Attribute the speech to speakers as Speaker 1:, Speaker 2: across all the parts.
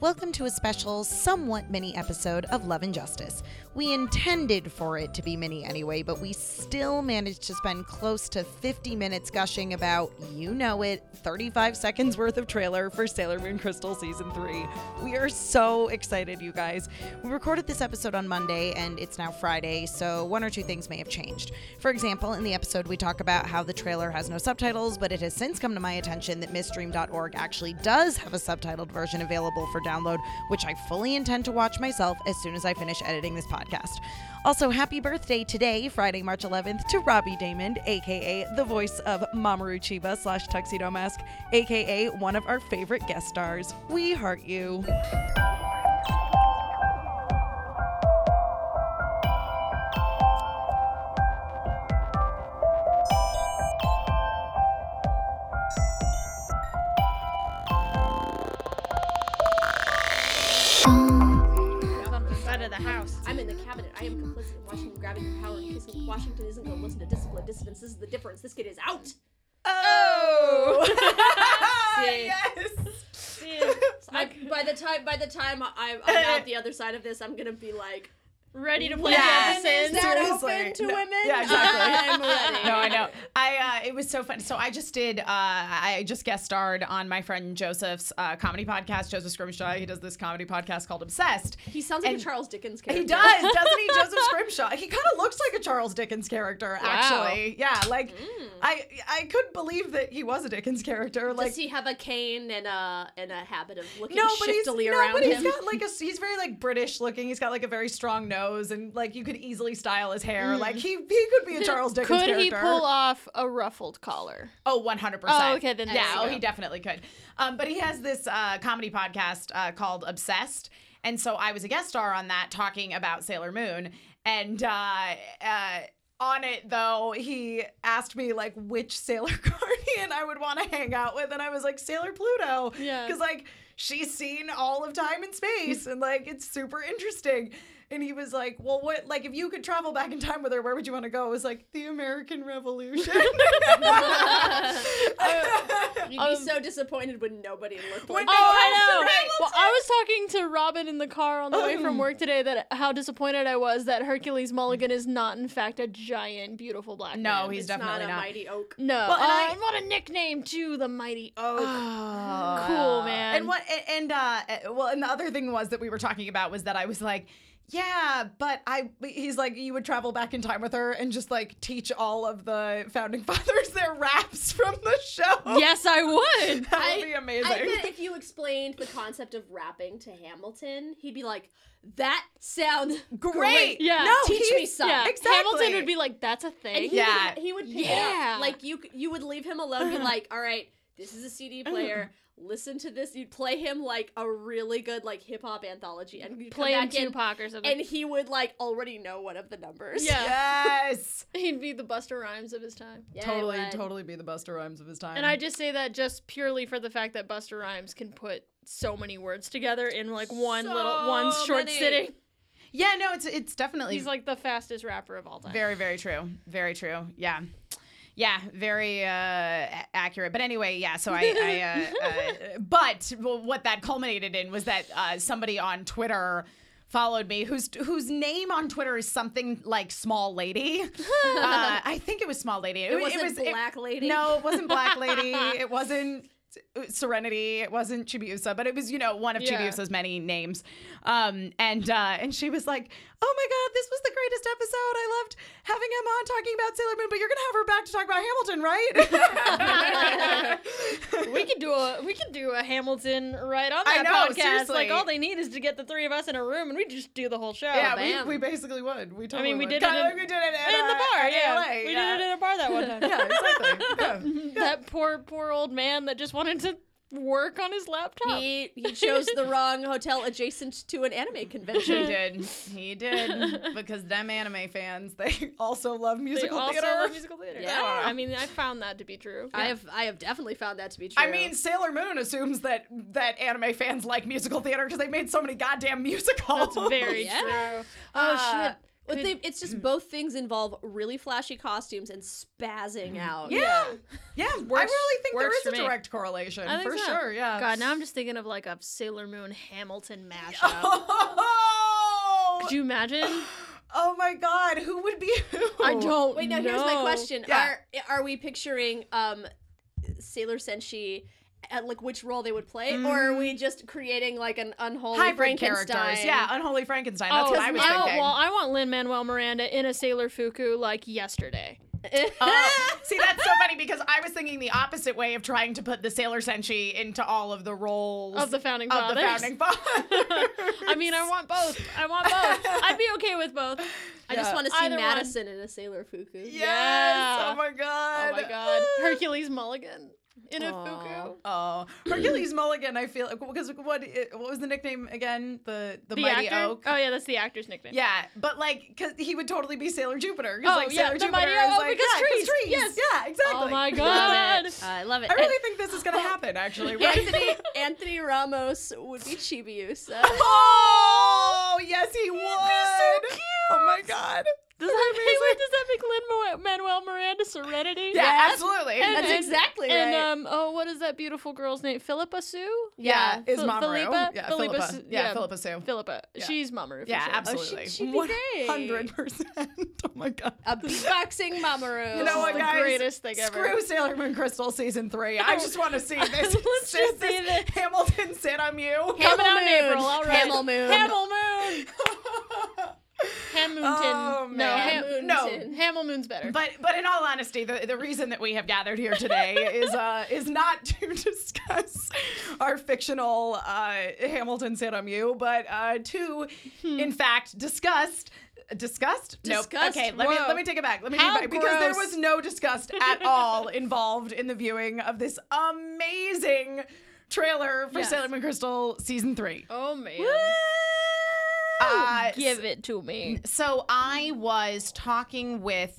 Speaker 1: Welcome to a special, somewhat mini episode of Love and Justice. We intended for it to be mini anyway, but we still managed to spend close to 50 minutes gushing about, you know it, 35 seconds worth of trailer for Sailor Moon Crystal Season 3. We are so excited, you guys. We recorded this episode on Monday, and it's now Friday, so one or two things may have changed. For example, in the episode, we talk about how the trailer has no subtitles, but it has since come to my attention that MissDream.org actually does have a subtitled version available for download, which I fully intend to watch myself as soon as I finish editing this podcast. Also, happy birthday today, Friday, March 11th, to Robbie Damon, aka the voice of Mamoru Chiba slash Tuxedo Mask, aka one of our favorite guest stars. We heart you.
Speaker 2: out of the house.
Speaker 3: I'm in the cabinet. I am complicit in Washington grabbing the power and kissing. Washington isn't going to listen to discipline. Dissidents. This is the difference. This kid is out.
Speaker 1: Oh!
Speaker 3: See?
Speaker 2: Yeah.
Speaker 3: I, by the time by the time I, I'm out the other side of this, I'm gonna be like,
Speaker 2: Ready to play
Speaker 4: Yeah.
Speaker 2: Jefferson.
Speaker 3: is that
Speaker 4: seriously.
Speaker 3: open to
Speaker 4: No.
Speaker 3: women?
Speaker 4: Yeah, exactly.
Speaker 3: I'm ready.
Speaker 4: No, I know. I uh, it was so fun. So I just did. Uh, I just guest starred on my friend Joseph's uh, comedy podcast. Joseph Scrimshaw. He does this comedy podcast called Obsessed.
Speaker 3: He sounds like
Speaker 4: And-
Speaker 3: a Charles Dickens character.
Speaker 4: He does, doesn't he, Joseph Scrimshaw? He kind of looks like a Charles Dickens character, actually. Yeah, like I I couldn't believe that he was a Dickens character. Like
Speaker 3: Does he have a cane and a and a habit of looking
Speaker 4: no, but he's
Speaker 3: shiftily
Speaker 4: no,
Speaker 3: around
Speaker 4: but he's
Speaker 3: him?
Speaker 4: got like a he's very like British looking. He's got like a very strong nose, and like you could easily style his hair. Like he he could be a Charles Dickens
Speaker 2: Could
Speaker 4: character.
Speaker 2: he pull off a ruffled collar?
Speaker 4: Oh, 100%.
Speaker 2: Oh, okay, then
Speaker 4: yeah,
Speaker 2: there you
Speaker 4: oh,
Speaker 2: go.
Speaker 4: he definitely could. Um, but he has this uh, comedy podcast uh, called Obsessed. And so I was a guest star on that talking about Sailor Moon. And uh, uh, on it, though, he asked me, like, which Sailor Guardian I would want to hang out with. And I was like, Sailor Pluto.
Speaker 2: Yeah.
Speaker 4: Because, like, she's seen all of time and space. And, like, it's super interesting. And he was like, well, what, like, if you could travel back in time with her, where would you want to go? I was like, the American Revolution.
Speaker 3: You'd
Speaker 2: Um,
Speaker 3: be so disappointed when nobody looked
Speaker 4: When
Speaker 3: like.
Speaker 4: no-
Speaker 3: him.
Speaker 2: Oh, I
Speaker 4: I know.
Speaker 2: know. Well, I was talking to Robin in the car on the way from work today that how disappointed I was that Hercules Mulligan is not, in fact, a giant, beautiful black man.
Speaker 4: no, he's
Speaker 3: it's not
Speaker 4: definitely
Speaker 3: a
Speaker 4: not.
Speaker 3: mighty oak.
Speaker 2: No.
Speaker 4: Well, and
Speaker 2: uh, what a nickname to the mighty.
Speaker 4: Oh,
Speaker 2: cool, man.
Speaker 4: And what? a- And uh, uh, well, and the other thing was that we were talking about was that I was like, yeah, but I. He's like, you would travel back in time with her and just like teach all of the founding fathers their raps from the show.
Speaker 2: Yes, I would.
Speaker 4: that would
Speaker 3: I-
Speaker 4: be amazing.
Speaker 3: I bet if you explained the concept of rapping to Hamilton, he'd be like, "That sounds
Speaker 4: great.
Speaker 2: Yeah.
Speaker 4: No,
Speaker 3: Teach me
Speaker 4: he's-
Speaker 3: some.
Speaker 2: yeah.
Speaker 4: exactly.
Speaker 2: Hamilton would be like, that's a
Speaker 3: And
Speaker 2: thing.
Speaker 3: he
Speaker 4: Yeah.
Speaker 3: would, he would pick it
Speaker 2: Yeah.
Speaker 3: up. Like you, c- you would leave him alone. Be like, all right, this is a CD player. Listen to this. You'd play him like a really good like hip hop anthology, and you'd
Speaker 2: Play
Speaker 3: come
Speaker 2: him
Speaker 3: back in,
Speaker 2: Tupac or something.
Speaker 3: and he would like already know one of the numbers.
Speaker 2: Yeah.
Speaker 4: Yes.
Speaker 2: He'd be the Buster Rhymes of his time.
Speaker 3: Yeah, he
Speaker 4: totally,
Speaker 3: would.
Speaker 4: totally be the Buster Rhymes of his time.
Speaker 2: And I just say that just purely for the fact that Buster Rhymes can put so many words together in like one
Speaker 3: So
Speaker 2: little one short
Speaker 3: many.
Speaker 2: sitting.
Speaker 4: yeah, no, it's it's definitely
Speaker 2: He's like the fastest rapper of all time.
Speaker 4: Very, very true. Very true. Yeah. Yeah, very uh, a- accurate. But anyway, yeah. So I, I uh, uh, but well, what that culminated in was that uh, somebody on Twitter followed me, whose whose name on Twitter is something like Small Lady. Uh, I think it was Small Lady. It,
Speaker 3: It
Speaker 4: wa-
Speaker 3: wasn't
Speaker 4: was it-
Speaker 3: Black Lady?
Speaker 4: No, it wasn't Black Lady. it wasn't uh, Serenity. It wasn't Chibiusa, but it was you know one of
Speaker 2: Yeah.
Speaker 4: Chibiusa's many names. Um, and uh, and she was like, "Oh my God, this was the greatest episode. I loved having Emma on talking about Sailor Moon, but you're gonna have her back to talk about Hamilton, right?"
Speaker 2: we could do a we could do a Hamilton right on that
Speaker 4: I know,
Speaker 2: podcast.
Speaker 4: seriously.
Speaker 2: Like all they need is to get the three of us in a room and we just do the whole show.
Speaker 4: yeah,
Speaker 3: bam.
Speaker 4: we, we basically would. We
Speaker 2: Oh,
Speaker 4: totally
Speaker 2: I mean, we
Speaker 4: would.
Speaker 2: did it
Speaker 4: Kinda
Speaker 2: in-
Speaker 4: like we did it at,
Speaker 2: in the
Speaker 4: uh,
Speaker 2: bar,
Speaker 4: at
Speaker 2: yeah.
Speaker 4: ALA,
Speaker 2: we
Speaker 4: yeah.
Speaker 2: did it in a bar that one time.
Speaker 4: Yeah, exactly. Yeah.
Speaker 2: that poor poor old man that just wanted to work on his laptop.
Speaker 3: He he chose the wrong hotel adjacent to an anime
Speaker 4: He
Speaker 3: convention.
Speaker 4: did. He did. Because them anime fans, they also love
Speaker 2: they
Speaker 4: musical
Speaker 2: also
Speaker 4: theater.
Speaker 2: love musical theater.
Speaker 3: Yeah.
Speaker 2: I mean, I found that to be true.
Speaker 3: I have I have definitely found that to be true.
Speaker 4: I mean, Sailor Moon assumes that that anime fans like musical theater because they made so many goddamn musicals.
Speaker 2: That's very
Speaker 3: Yeah.
Speaker 2: true. Oh
Speaker 4: Uh,
Speaker 2: shit.
Speaker 3: But
Speaker 2: Could-
Speaker 3: they, it's just both things involve really flashy costumes and spazzing out.
Speaker 4: Yeah. Yeah. I
Speaker 5: Works-
Speaker 4: really think there
Speaker 5: works
Speaker 4: is
Speaker 5: for
Speaker 4: a
Speaker 5: me.
Speaker 4: direct correlation
Speaker 2: I think
Speaker 4: for
Speaker 2: so.
Speaker 4: sure. Yeah.
Speaker 2: God, now I'm just thinking of like a Sailor Moon Hamilton mashup. Could you imagine?
Speaker 4: Oh my God! Who would be who?
Speaker 2: I don't.
Speaker 3: Wait, now here's my
Speaker 2: know.
Speaker 3: question:
Speaker 4: Yeah.
Speaker 3: Are are we picturing um, Sailor Senshi at like which role they would play, or are we just creating like an unholy
Speaker 4: Hybrid
Speaker 3: Frankenstein?
Speaker 4: characters. Yeah, unholy Frankenstein. That's what I was
Speaker 2: I want-
Speaker 4: thinking.
Speaker 2: well, I want Oh, Lin Manuel Miranda in a Sailor Fuku like yesterday.
Speaker 4: Oh, see, that's so funny because I was thinking the opposite way of trying to put the Sailor Senshi into all of the roles
Speaker 2: Of the Founding
Speaker 4: of the
Speaker 2: Fathers.
Speaker 4: founding fathers.
Speaker 2: I mean, I want both. I want both. I'd be okay with both.
Speaker 3: I just
Speaker 4: Yeah.
Speaker 3: want to see
Speaker 2: Either one.
Speaker 3: Madison in a Sailor Fuku.
Speaker 4: yes!
Speaker 2: Yeah.
Speaker 4: Oh my God!
Speaker 2: Oh my god. Hercules Mulligan in a
Speaker 3: Aw.
Speaker 2: Fuku.
Speaker 4: Oh, Hercules Mulligan. I feel because what what was the nickname again? The the,
Speaker 2: The
Speaker 4: mighty
Speaker 2: actor?
Speaker 4: oak.
Speaker 2: Oh yeah, that's the actor's nickname.
Speaker 4: Yeah, but like, because he would totally be Sailor Jupiter. 'cause,
Speaker 2: Oh,
Speaker 4: like,
Speaker 2: yeah,
Speaker 4: Sailor
Speaker 2: the
Speaker 4: Jupiter
Speaker 2: mighty
Speaker 4: is
Speaker 2: oak,
Speaker 4: like,
Speaker 2: because
Speaker 4: yeah, 'cause
Speaker 2: trees, yes.
Speaker 4: Yeah, exactly.
Speaker 2: Oh my
Speaker 3: Love
Speaker 2: god. Oh.
Speaker 3: it. Uh, I love it.
Speaker 4: I really think this is gonna happen. Actually,
Speaker 3: And
Speaker 4: right?
Speaker 3: Anthony Anthony Ramos would be Chibiusa.
Speaker 4: oh yes, he would. so cute. Oh my god.
Speaker 2: Does that make wait, does that make Lin Manuel Miranda Serenity?
Speaker 4: Yeah, absolutely.
Speaker 2: And-
Speaker 3: That's
Speaker 2: and-
Speaker 3: exactly
Speaker 2: And
Speaker 3: right.
Speaker 2: um oh what is that beautiful girl's name? Philippa Sue?
Speaker 4: yeah, is
Speaker 2: Phil-
Speaker 4: Mamoru.
Speaker 2: Philippa?
Speaker 4: Yeah,
Speaker 2: Philippa
Speaker 4: Philippa.
Speaker 2: Su-
Speaker 4: yeah,
Speaker 2: yeah.
Speaker 4: Philippa Sue.
Speaker 2: Philippa.
Speaker 4: Yeah.
Speaker 2: She's Mamoru. for
Speaker 4: Yeah,
Speaker 2: sure.
Speaker 4: absolutely.
Speaker 3: she'd be great.
Speaker 4: Hundred percent. Oh my god.
Speaker 3: a beatboxing Mamoru.
Speaker 4: You know what,
Speaker 2: the
Speaker 4: guys?
Speaker 2: greatest thing ever.
Speaker 4: Screw Sailor Moon Crystal season three. I just want to see this.
Speaker 2: Let's just
Speaker 4: this-
Speaker 2: see this.
Speaker 4: Hamilton sit on you.
Speaker 2: Coming out in
Speaker 3: Hamel Moon.
Speaker 2: April, all right.
Speaker 3: Hamel Moon.
Speaker 2: Hamel Moon. Hamilton.
Speaker 4: Oh,
Speaker 2: no,
Speaker 4: man.
Speaker 2: Ham-
Speaker 4: No.
Speaker 2: Hamel Moon's better.
Speaker 4: But but in all honesty, the, the reason that we have gathered here today is uh, is not to discuss our fictional uh, Hamilton sit on you, but uh, to
Speaker 2: Hmm.
Speaker 4: in fact discussed discussed nope
Speaker 3: Disgust?
Speaker 4: okay let me
Speaker 2: Whoa.
Speaker 4: let me take it back let me
Speaker 2: How
Speaker 4: take it back because there
Speaker 2: gross.
Speaker 4: was no disgust at all involved in the viewing of this amazing trailer for
Speaker 2: Yes.
Speaker 4: Sailor Moon Crystal season 3
Speaker 2: oh man.
Speaker 4: Uh,
Speaker 2: Give it to me.
Speaker 4: so I was talking with.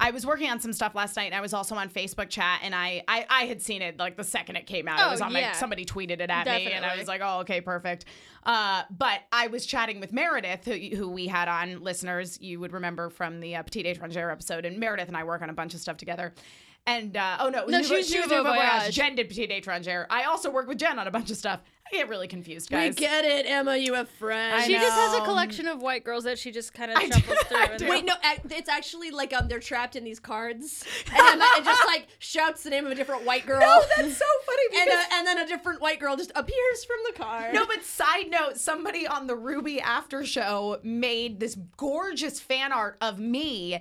Speaker 4: I was working on some stuff last night, and I was also on Facebook chat, and I I, I had seen it like the second it came out. it
Speaker 2: Oh,
Speaker 4: was on my
Speaker 2: yeah.
Speaker 4: somebody tweeted it at me, and I
Speaker 2: Definitely.
Speaker 4: was like, oh okay, perfect. Uh, but I was chatting with Meredith, who who we had on listeners you would remember from the uh, Petite Étrangère episode, and Meredith and I work on a bunch of stuff together. And uh, oh no, it was
Speaker 2: No,
Speaker 4: Nouveau-
Speaker 2: she was
Speaker 4: she was
Speaker 2: Nouveau
Speaker 4: Nouveau Voyage.
Speaker 2: Voyage.
Speaker 4: Jen did Petite Étrangère. I also work with Jen on a bunch of stuff. I get really confused, guys.
Speaker 3: get it, Emma. You have friends.
Speaker 4: I
Speaker 2: She just has
Speaker 4: know.
Speaker 2: a collection of white girls that she just kind of
Speaker 4: I do-
Speaker 2: shuffles through.
Speaker 4: I
Speaker 2: and-
Speaker 4: do.
Speaker 3: Wait, no, ac- it's actually like um, they're trapped in these cards, and Emma it just like shouts the name of a different white girl.
Speaker 4: Oh, that's so funny because
Speaker 3: and, uh, and then a different white girl just appears from the car.
Speaker 4: No, but side note, somebody on the Ruby after show made this gorgeous fan art of me.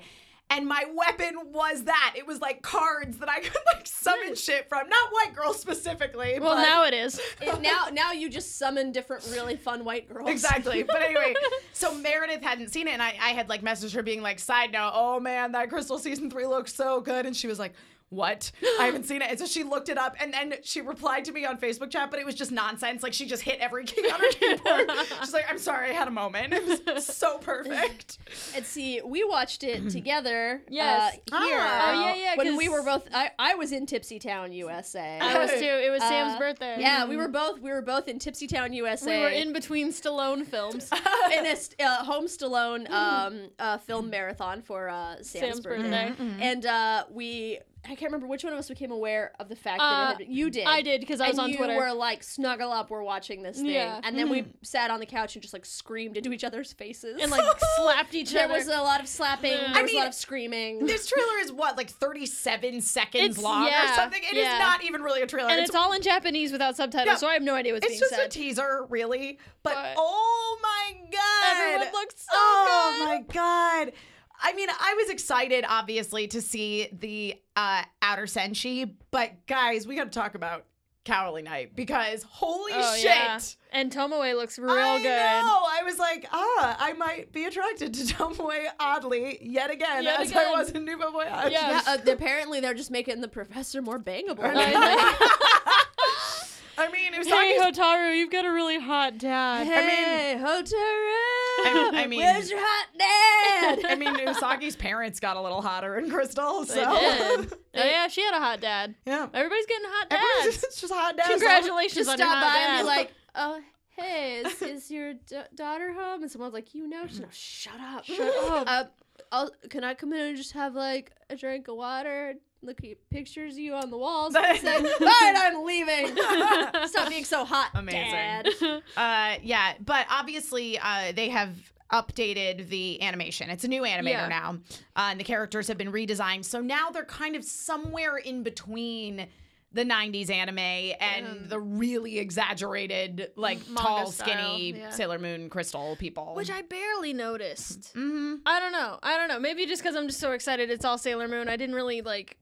Speaker 4: And my weapon was that. It was like cards that I could like summon shit from. Not white girls specifically.
Speaker 2: Well,
Speaker 4: but
Speaker 2: now it is.
Speaker 3: It- now, now you just summon different really fun white girls.
Speaker 4: Exactly. But anyway, so Meredith hadn't seen it, and I, I had like messaged her being like, side note, oh man, that Crystal season three looks so good. And she was like, what? I haven't seen it. And so she looked it up and then she replied to me on Facebook chat, but it was just nonsense. Like she just hit every key on her keyboard. She's like, I'm sorry, I had a moment. It was so perfect.
Speaker 3: And see, we watched it together.
Speaker 2: Yes.
Speaker 3: Uh, here.
Speaker 4: Ah.
Speaker 2: Oh, yeah, yeah,
Speaker 3: When we
Speaker 2: 'cause-
Speaker 3: were both, I, I was in Tipsy Town, USA.
Speaker 2: I was too. It was Sam's
Speaker 3: Uh,
Speaker 2: birthday.
Speaker 3: Yeah, we were both we were both in Tipsy Town, USA.
Speaker 2: We were in between Stallone films.
Speaker 3: in a st- uh, home Stallone um, uh, film marathon for uh, Sam's,
Speaker 2: Sam's
Speaker 3: birthday,
Speaker 2: birthday.
Speaker 3: and uh, we I can't remember which one of us became aware of the fact that
Speaker 2: Uh,
Speaker 3: it had, you did.
Speaker 2: I did because I was
Speaker 3: and
Speaker 2: on
Speaker 3: you
Speaker 2: Twitter.
Speaker 3: were like, snuggle up, we're watching this thing.
Speaker 2: Yeah. Mm-hmm.
Speaker 3: And then we sat on the couch and just like screamed into each other's faces.
Speaker 2: and like slapped each
Speaker 3: there
Speaker 2: other.
Speaker 3: was a lot of slapping, there was a
Speaker 4: mean,
Speaker 3: lot of screaming.
Speaker 4: This trailer is what, like 37 seconds
Speaker 2: It's-
Speaker 4: long or
Speaker 2: yeah,
Speaker 4: something? It is
Speaker 2: yeah.
Speaker 4: not even really a trailer.
Speaker 2: and it's, all in Japanese without subtitles,
Speaker 4: Yeah.
Speaker 2: so I have no idea what's
Speaker 4: It's
Speaker 2: being
Speaker 4: just a
Speaker 2: said.
Speaker 4: teaser, really. But,
Speaker 2: But-
Speaker 4: oh my god,
Speaker 2: Everyone looks so
Speaker 4: Oh
Speaker 2: good.
Speaker 4: my god. I mean, I was excited, obviously, to see the uh, outer senshi, but guys, we got to talk about Cowley Knight because holy
Speaker 2: Oh,
Speaker 4: shit.
Speaker 2: yeah. And Tomoe looks real
Speaker 4: I
Speaker 2: good.
Speaker 4: know. I was like, ah, I might be attracted to Tomoe oddly yet again,
Speaker 2: Yet
Speaker 4: as I
Speaker 2: again.
Speaker 4: was in Nouveau Voyage.
Speaker 2: Yeah.
Speaker 3: yeah, uh, apparently they're just making the professor more bangable.
Speaker 2: I know.
Speaker 4: I mean, it
Speaker 2: hey, Hotaru, you've got a really hot dad.
Speaker 3: Hey, Hotaru!
Speaker 4: I mean-
Speaker 3: where's your hot dad?
Speaker 4: I mean, Usagi's parents got a little hotter in Crystal, so
Speaker 2: They did. oh, yeah, she had a hot dad.
Speaker 4: yeah.
Speaker 2: Everybody's getting hot
Speaker 4: Everyone's
Speaker 2: dads.
Speaker 4: "Oh, just, it's just hot dads.
Speaker 2: Congratulations
Speaker 3: just
Speaker 2: on
Speaker 3: stop
Speaker 2: your hot
Speaker 3: by
Speaker 2: dad.
Speaker 3: and be like, "Oh, hey, is, is your d- daughter home? And someone's like, you know, she's
Speaker 4: Mm-hmm.
Speaker 3: like, shut up, shut up. Uh, I'll, can I come in and just have like a drink of water? Look at your pictures of you on the walls. And say, all right, I'm leaving. Stop being so hot,
Speaker 4: Amazing.
Speaker 3: Dad.
Speaker 4: Uh, yeah, but obviously uh, they have updated the animation. It's a new animator
Speaker 2: Yeah.
Speaker 4: now, uh, and the characters have been redesigned. So now they're kind of somewhere in between the 90s anime and the really exaggerated, like
Speaker 2: Manga
Speaker 4: tall,
Speaker 2: style,
Speaker 4: skinny
Speaker 2: yeah.
Speaker 4: Sailor Moon crystal people.
Speaker 2: Which I barely noticed.
Speaker 4: Mhm.
Speaker 2: I don't know. I don't know. Maybe just because I'm just so excited it's all Sailor Moon. I didn't really like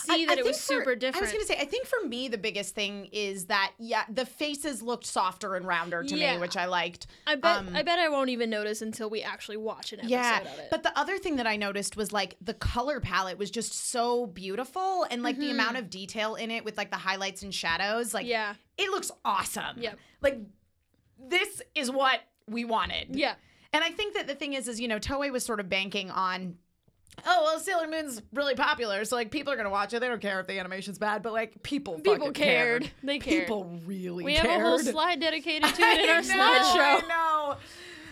Speaker 2: see that it was
Speaker 4: think for-
Speaker 2: super different.
Speaker 4: I was going to say, I think for me, the biggest thing is that, yeah, the faces looked softer and rounder to
Speaker 2: Yeah.
Speaker 4: me, which I liked.
Speaker 2: I bet
Speaker 4: um,
Speaker 2: I bet I won't even notice until we actually watch an episode
Speaker 4: yeah
Speaker 2: of it.
Speaker 4: but the other thing that i noticed was like the color palette was just so beautiful and like the amount of detail in it with like the highlights and shadows like
Speaker 2: Mm-hmm. yeah.
Speaker 4: it looks awesome
Speaker 2: Yep.
Speaker 4: like this is what we wanted
Speaker 2: Yeah.
Speaker 4: and i think that the thing is is you know toei was sort of banking on Oh well, Sailor Moon's really popular, so like people are gonna watch it. They don't care if the animation's bad, but like people,
Speaker 2: People
Speaker 4: fucking
Speaker 2: cared. They cared.
Speaker 4: People really
Speaker 2: we
Speaker 4: cared.
Speaker 2: have a whole slide dedicated to it in
Speaker 4: I
Speaker 2: our
Speaker 4: know,
Speaker 2: slideshow.
Speaker 4: I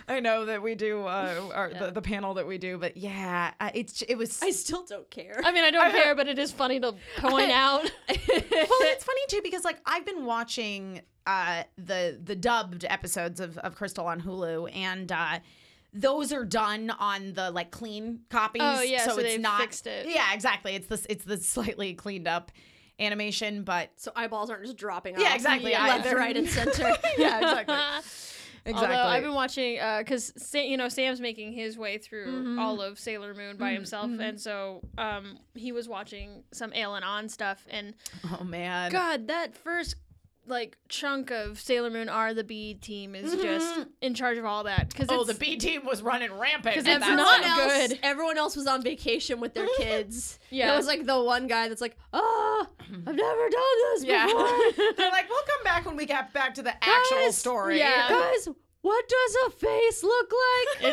Speaker 4: know. I know that we do uh, our, the, the panel that we do, but yeah, uh, it's it was.
Speaker 3: I still don't care.
Speaker 2: I mean, I don't care, but it is funny to point out.
Speaker 4: well, it's funny too because like I've been watching uh, the the dubbed episodes of, of Crystal on Hulu, and uh, those are done on the like clean copies.
Speaker 2: Oh, yeah,
Speaker 4: so,
Speaker 2: so
Speaker 4: it's
Speaker 2: they've
Speaker 4: not
Speaker 2: fixed it.
Speaker 4: Yeah, exactly. It's this it's the slightly cleaned up animation, but
Speaker 3: so eyeballs aren't just dropping
Speaker 2: Oh,
Speaker 3: off.
Speaker 4: Yeah, exactly. Yeah.
Speaker 3: Left,
Speaker 4: They're-
Speaker 3: right, and center.
Speaker 4: yeah, exactly. Exactly.
Speaker 2: Although I've been watching, because Sa- you know Sam's making his way through all of Sailor Moon by himself, and so um, he was watching some Ale and On stuff, and
Speaker 4: oh man.
Speaker 2: God, that first like chunk of Sailor Moon R the B team is just in charge of all that because
Speaker 4: Oh, the B team was running rampant.
Speaker 2: 'Cause
Speaker 4: at
Speaker 2: it's
Speaker 4: that
Speaker 2: not
Speaker 4: time.
Speaker 3: else,
Speaker 2: good.
Speaker 3: Everyone else was on vacation with their kids.
Speaker 2: Yeah.
Speaker 3: And it was like the one guy that's like, oh, I've never done this
Speaker 4: Yeah.
Speaker 3: before.
Speaker 4: They're like, we'll come back when we get back to the actual
Speaker 3: Guys,
Speaker 4: story.
Speaker 2: yeah.
Speaker 3: Guys, what does a face look like?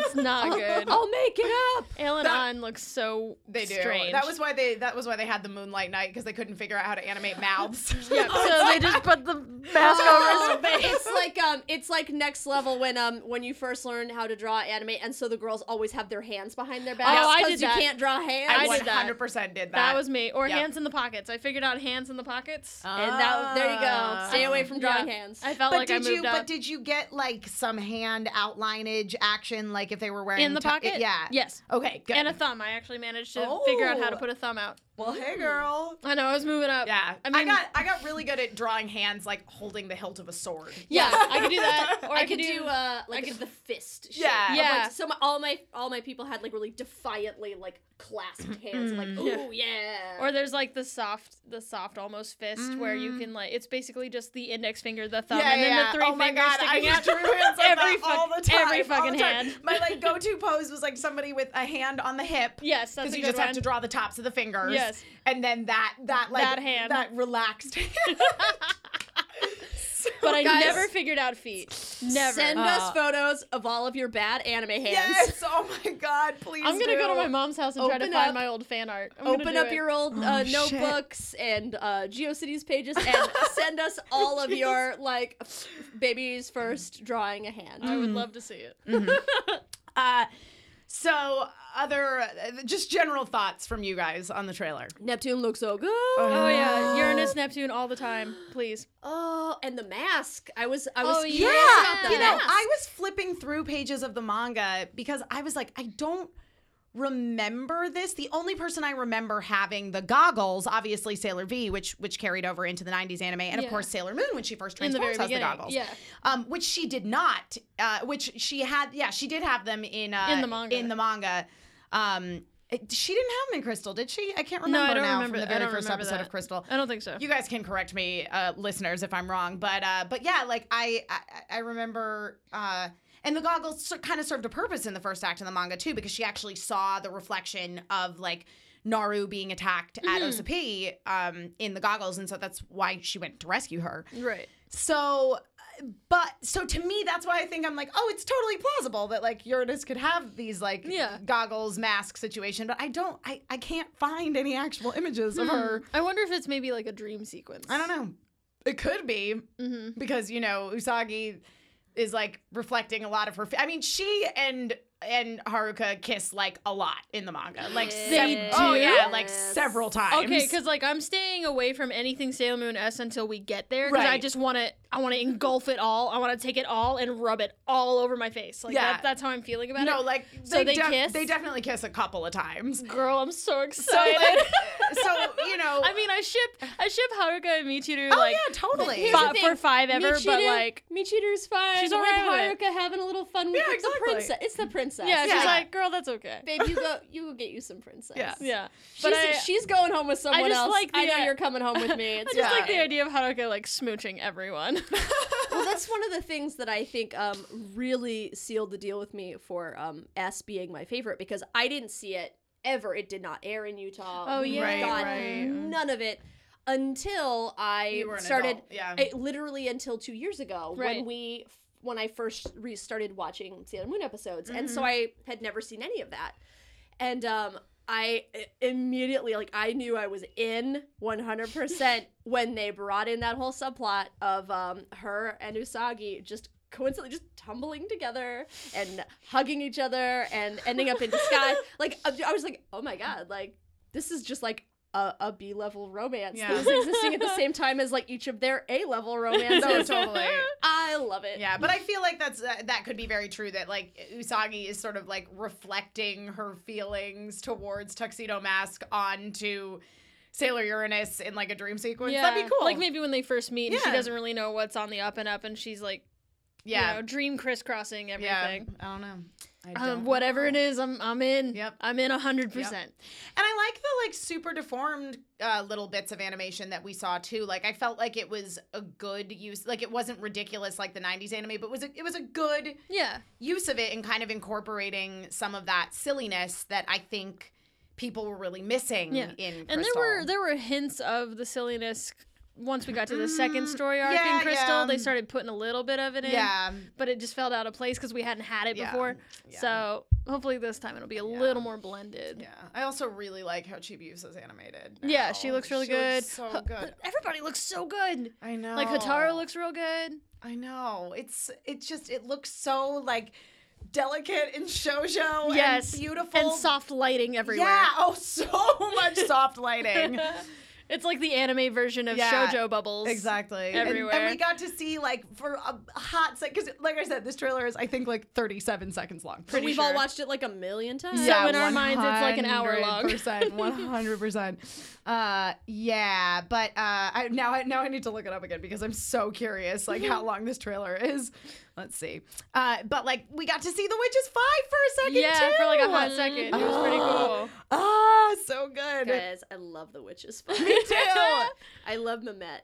Speaker 2: it's not good.
Speaker 3: I'll make it up.
Speaker 2: Ale and
Speaker 4: that-
Speaker 2: On looks so
Speaker 4: They do.
Speaker 2: strange.
Speaker 4: That was why they that was why they had the moonlight night because they couldn't figure out how to animate mouths.
Speaker 2: Yep, so they just put the mask
Speaker 3: Oh,
Speaker 2: over his face.
Speaker 3: it's like um, it's like next level when um, when you first learn how to draw anime, and so the girls always have their hands behind their backs
Speaker 2: Oh, I
Speaker 3: 'cause
Speaker 2: did
Speaker 3: you
Speaker 2: that.
Speaker 3: can't draw hands.
Speaker 4: I
Speaker 2: did that.
Speaker 4: 100 percent did that.
Speaker 2: That was me. Or
Speaker 4: Yep.
Speaker 2: hands in the pockets. I figured out hands in the pockets.
Speaker 3: and that, there you go. Stay away from drawing
Speaker 2: Um, Yeah.
Speaker 3: hands.
Speaker 2: I felt
Speaker 4: But
Speaker 2: like
Speaker 4: did
Speaker 2: I moved
Speaker 4: you?
Speaker 2: up.
Speaker 4: But did you get like some hand outlineage action, like if they were wearing
Speaker 2: in the
Speaker 4: t-
Speaker 2: pocket?
Speaker 4: yeah.
Speaker 2: Yes.
Speaker 4: Okay. Good.
Speaker 2: And a thumb. I actually managed to figure out how to
Speaker 4: Oh.
Speaker 2: put a thumb out.
Speaker 4: well, hey, girl.
Speaker 2: I know. I was moving up.
Speaker 4: Yeah.
Speaker 2: I mean,
Speaker 4: I got I got really good at drawing hands, like holding the hilt of a sword.
Speaker 2: yeah, I could do that. Or I,
Speaker 3: I could do, uh, like
Speaker 2: could-
Speaker 3: the fist. shape.
Speaker 4: Yeah.
Speaker 3: Of,
Speaker 2: Yeah.
Speaker 3: Like, so my, all my all my people had like really defiantly like clasped hands, like ooh yeah.
Speaker 2: Mm-hmm. Mm. Or there's like the soft, the soft almost fist where you can like it's basically just the index finger, the thumb, and then the three
Speaker 4: Mm. oh my
Speaker 2: fingers
Speaker 4: God,
Speaker 2: sticking
Speaker 4: I
Speaker 2: out.
Speaker 4: used drew hands like
Speaker 2: Every
Speaker 4: that all
Speaker 2: fuck-
Speaker 4: the time.
Speaker 2: every
Speaker 4: all the
Speaker 2: fucking
Speaker 4: time.
Speaker 2: hand.
Speaker 4: My like go-to pose was like somebody with a hand on the hip.
Speaker 2: Yes, that's
Speaker 4: Because
Speaker 2: a
Speaker 4: you
Speaker 2: good
Speaker 4: just
Speaker 2: one.
Speaker 4: have to draw the tops of the fingers.
Speaker 2: Yes.
Speaker 4: And then that that like
Speaker 2: That hand.
Speaker 4: that relaxed hand.
Speaker 2: but I
Speaker 3: Guys.
Speaker 2: never figured out feet. Never.
Speaker 3: Send
Speaker 4: Uh,
Speaker 3: us photos of all of your bad anime hands.
Speaker 4: yes. Oh my God. Please.
Speaker 2: I'm gonna go to
Speaker 4: do.
Speaker 2: my mom's house and try to
Speaker 3: Open
Speaker 2: find
Speaker 3: up-
Speaker 2: my old fan art. I'm gonna
Speaker 3: Open
Speaker 2: do
Speaker 3: up
Speaker 2: it. Oh,
Speaker 3: your old uh,
Speaker 4: shit.
Speaker 3: notebooks and uh, GeoCities pages and send us all of your like f- baby's first drawing a hand.
Speaker 2: I would love to see it.
Speaker 4: Mm. Uh, so other uh, just general thoughts from you guys on the trailer.
Speaker 3: Neptune looks so good.
Speaker 2: Oh yeah, Uranus, Neptune, all the time, please.
Speaker 3: Oh, and the mask. I was I was
Speaker 2: Oh,
Speaker 3: curious
Speaker 2: yeah.
Speaker 3: about the
Speaker 4: you know,
Speaker 3: mask.
Speaker 4: I was flipping through pages of the manga because I was like, I don't remember this. The only person I remember having the goggles, obviously Sailor V, which which carried over into the '90s anime, and
Speaker 2: Yeah.
Speaker 4: of course Sailor Moon when she first
Speaker 2: In the very
Speaker 4: transforms has the
Speaker 2: beginning,
Speaker 4: goggles.
Speaker 2: yeah.
Speaker 4: um, which she did not. Uh, which she had, yeah, she did have them in uh,
Speaker 2: In the manga.
Speaker 4: In the manga. Um, it- she didn't have them in Crystal, did she? I can't
Speaker 2: No,
Speaker 4: remember
Speaker 2: I don't
Speaker 4: now
Speaker 2: remember.
Speaker 4: from the
Speaker 2: I
Speaker 4: very
Speaker 2: don't
Speaker 4: first
Speaker 2: remember
Speaker 4: episode
Speaker 2: that.
Speaker 4: of Crystal.
Speaker 2: I don't think so.
Speaker 4: You guys can correct me, uh, listeners, if I'm wrong, but uh, but yeah, like I I, I remember, uh, and the goggles ser- kind of served a purpose in the first act of the manga too, because she actually saw the reflection of like Naru being attacked at
Speaker 2: Mm-hmm.
Speaker 4: Osapi um, in the goggles, and so that's why she went to rescue her.
Speaker 2: right.
Speaker 4: So, uh, but so to me, that's why I think I'm like, oh, it's totally plausible that like Uranus could have these like
Speaker 2: Yeah.
Speaker 4: goggles mask situation, but I don't, I I can't find any actual images of her.
Speaker 2: I wonder if it's maybe like a dream sequence. Mm-hmm.
Speaker 4: I don't know. It could be because you know Usagi is like reflecting a lot of her. fe- I mean, she and and Haruka kiss like a lot in the manga, like
Speaker 2: They
Speaker 4: sev- oh
Speaker 2: do?
Speaker 4: yeah, like
Speaker 3: Yes.
Speaker 4: several times.
Speaker 2: Okay, because like I'm staying away from anything Sailor Moon S until we get there because I
Speaker 4: Right.
Speaker 2: just want to. I want to engulf it all. I want to take it all and rub it all over my face. Like
Speaker 4: Yeah.
Speaker 2: that, that's how I'm feeling about
Speaker 4: no,
Speaker 2: it.
Speaker 4: like
Speaker 2: So they
Speaker 4: def-
Speaker 2: kiss?
Speaker 4: They definitely kiss a couple of times.
Speaker 2: Girl, I'm so
Speaker 4: So
Speaker 2: excited.
Speaker 4: like, so you know,
Speaker 2: I mean, I ship I ship Haruka and Michiru
Speaker 4: oh
Speaker 2: like
Speaker 4: yeah, totally.
Speaker 3: Here's the
Speaker 2: fi-
Speaker 3: thing,
Speaker 2: for five ever, but
Speaker 3: Michiru-
Speaker 2: like
Speaker 3: Michiru's fine.
Speaker 2: She's
Speaker 3: with
Speaker 2: alright with
Speaker 3: Haruka having a little fun with
Speaker 4: Yeah,
Speaker 3: the
Speaker 4: exactly.
Speaker 3: princess. It's the princess.
Speaker 2: yeah,
Speaker 4: Yeah.
Speaker 2: she's like, girl, that's okay.
Speaker 3: babe, you go, you go get you some princess.
Speaker 4: Yeah.
Speaker 2: Yeah,
Speaker 3: She's,
Speaker 2: but I,
Speaker 3: she's going home with someone
Speaker 2: just
Speaker 3: else.
Speaker 2: like
Speaker 3: I
Speaker 2: the,
Speaker 3: know
Speaker 2: uh,
Speaker 3: you're coming home with me.
Speaker 2: I
Speaker 3: It's
Speaker 2: just like the
Speaker 3: fine.
Speaker 2: idea of Haruka like smooching everyone.
Speaker 3: well, that's one of the things that I think um, really sealed the deal with me for um, S being my favorite because I didn't see it ever. It did not air in Utah.
Speaker 2: Oh,
Speaker 3: We
Speaker 2: yeah.
Speaker 3: got
Speaker 4: Right, right.
Speaker 3: none of it until I
Speaker 4: You were an
Speaker 3: started.
Speaker 4: adult, yeah.
Speaker 3: I- literally until two years ago
Speaker 2: Right.
Speaker 3: when we when I first re- started watching Sailor Moon episodes, and so I
Speaker 2: Mm-hmm.
Speaker 3: had never seen any of that, and um. I i- immediately like I knew I was in 100% when they brought in that whole subplot of um her and Usagi just coincidentally just tumbling together and hugging each other and ending up in disguise. like I I was like, "Oh my god, like this is just like a, a B level romance
Speaker 4: Yeah.
Speaker 3: that is existing at the same time as like each of their A level
Speaker 4: no,
Speaker 3: romances.
Speaker 4: totally.
Speaker 3: I love it.
Speaker 4: Yeah, but I feel like that's uh, that could be very true. That like Usagi is sort of like reflecting her feelings towards Tuxedo Mask onto Sailor Uranus in like a dream sequence. That'd be cool.
Speaker 2: Like maybe when they first meet, and she
Speaker 4: Yeah.
Speaker 2: doesn't really know what's on the up and up, and she's like,
Speaker 4: yeah,
Speaker 2: you know, dream crisscrossing
Speaker 4: yeah.
Speaker 2: everything.
Speaker 4: I don't know. I don't
Speaker 2: Um, whatever it is, I'm I'm in.
Speaker 4: Yep.
Speaker 2: I'm in hundred percent.
Speaker 4: And I like the like super deformed uh, little bits of animation that we saw too. Like I felt like it was a good use. Like it wasn't ridiculous like the '90s anime, but was a, it was a good
Speaker 2: Yeah.
Speaker 4: use of it and kind of incorporating some of that silliness that I think people were really missing
Speaker 2: Yeah.
Speaker 4: in.
Speaker 2: And there
Speaker 4: Crystal.
Speaker 2: were there were hints of the silliness once we got to the second story arc
Speaker 4: Mm, yeah,
Speaker 2: in Crystal.
Speaker 4: yeah.
Speaker 2: They started putting a little bit of it in.
Speaker 4: yeah,
Speaker 2: But it just felt out of place because we hadn't had it
Speaker 4: Yeah,
Speaker 2: before.
Speaker 4: yeah.
Speaker 2: So hopefully this time it'll be a little more blended.
Speaker 4: yeah. I also really like how Chibiusa is animated.
Speaker 2: Yeah,
Speaker 4: now.
Speaker 2: she looks really
Speaker 4: looks
Speaker 2: good.
Speaker 4: so good.
Speaker 2: Everybody looks so good.
Speaker 4: I know.
Speaker 2: Like Hataru looks real good.
Speaker 4: I know. It's it's just it looks so like delicate and shoujo.
Speaker 2: yes.
Speaker 4: and beautiful
Speaker 2: And soft lighting everywhere.
Speaker 4: Yeah. Oh, so much soft lighting.
Speaker 2: It's like the anime version of
Speaker 4: Yeah,
Speaker 2: shoujo bubbles.
Speaker 4: exactly. And- And,
Speaker 2: Everywhere.
Speaker 4: we got to see like for a hot second because, like I said, this trailer is I think like 37 seconds long.
Speaker 3: But We've all watched it like a million times.
Speaker 2: So in our minds, it's like an hour long.
Speaker 4: 100%, 100%. Uh, yeah, but uh, I, now I now I need to look it up again because I'm so curious like how long this trailer is. Let's see. Uh, but like we got to see The Witches 5 for a second
Speaker 2: Yeah,
Speaker 4: too.
Speaker 2: for like a hot second. It was pretty cool.
Speaker 4: Ah, so good.
Speaker 3: Guys, I love the witches.
Speaker 4: Me too.
Speaker 3: I love Mamet.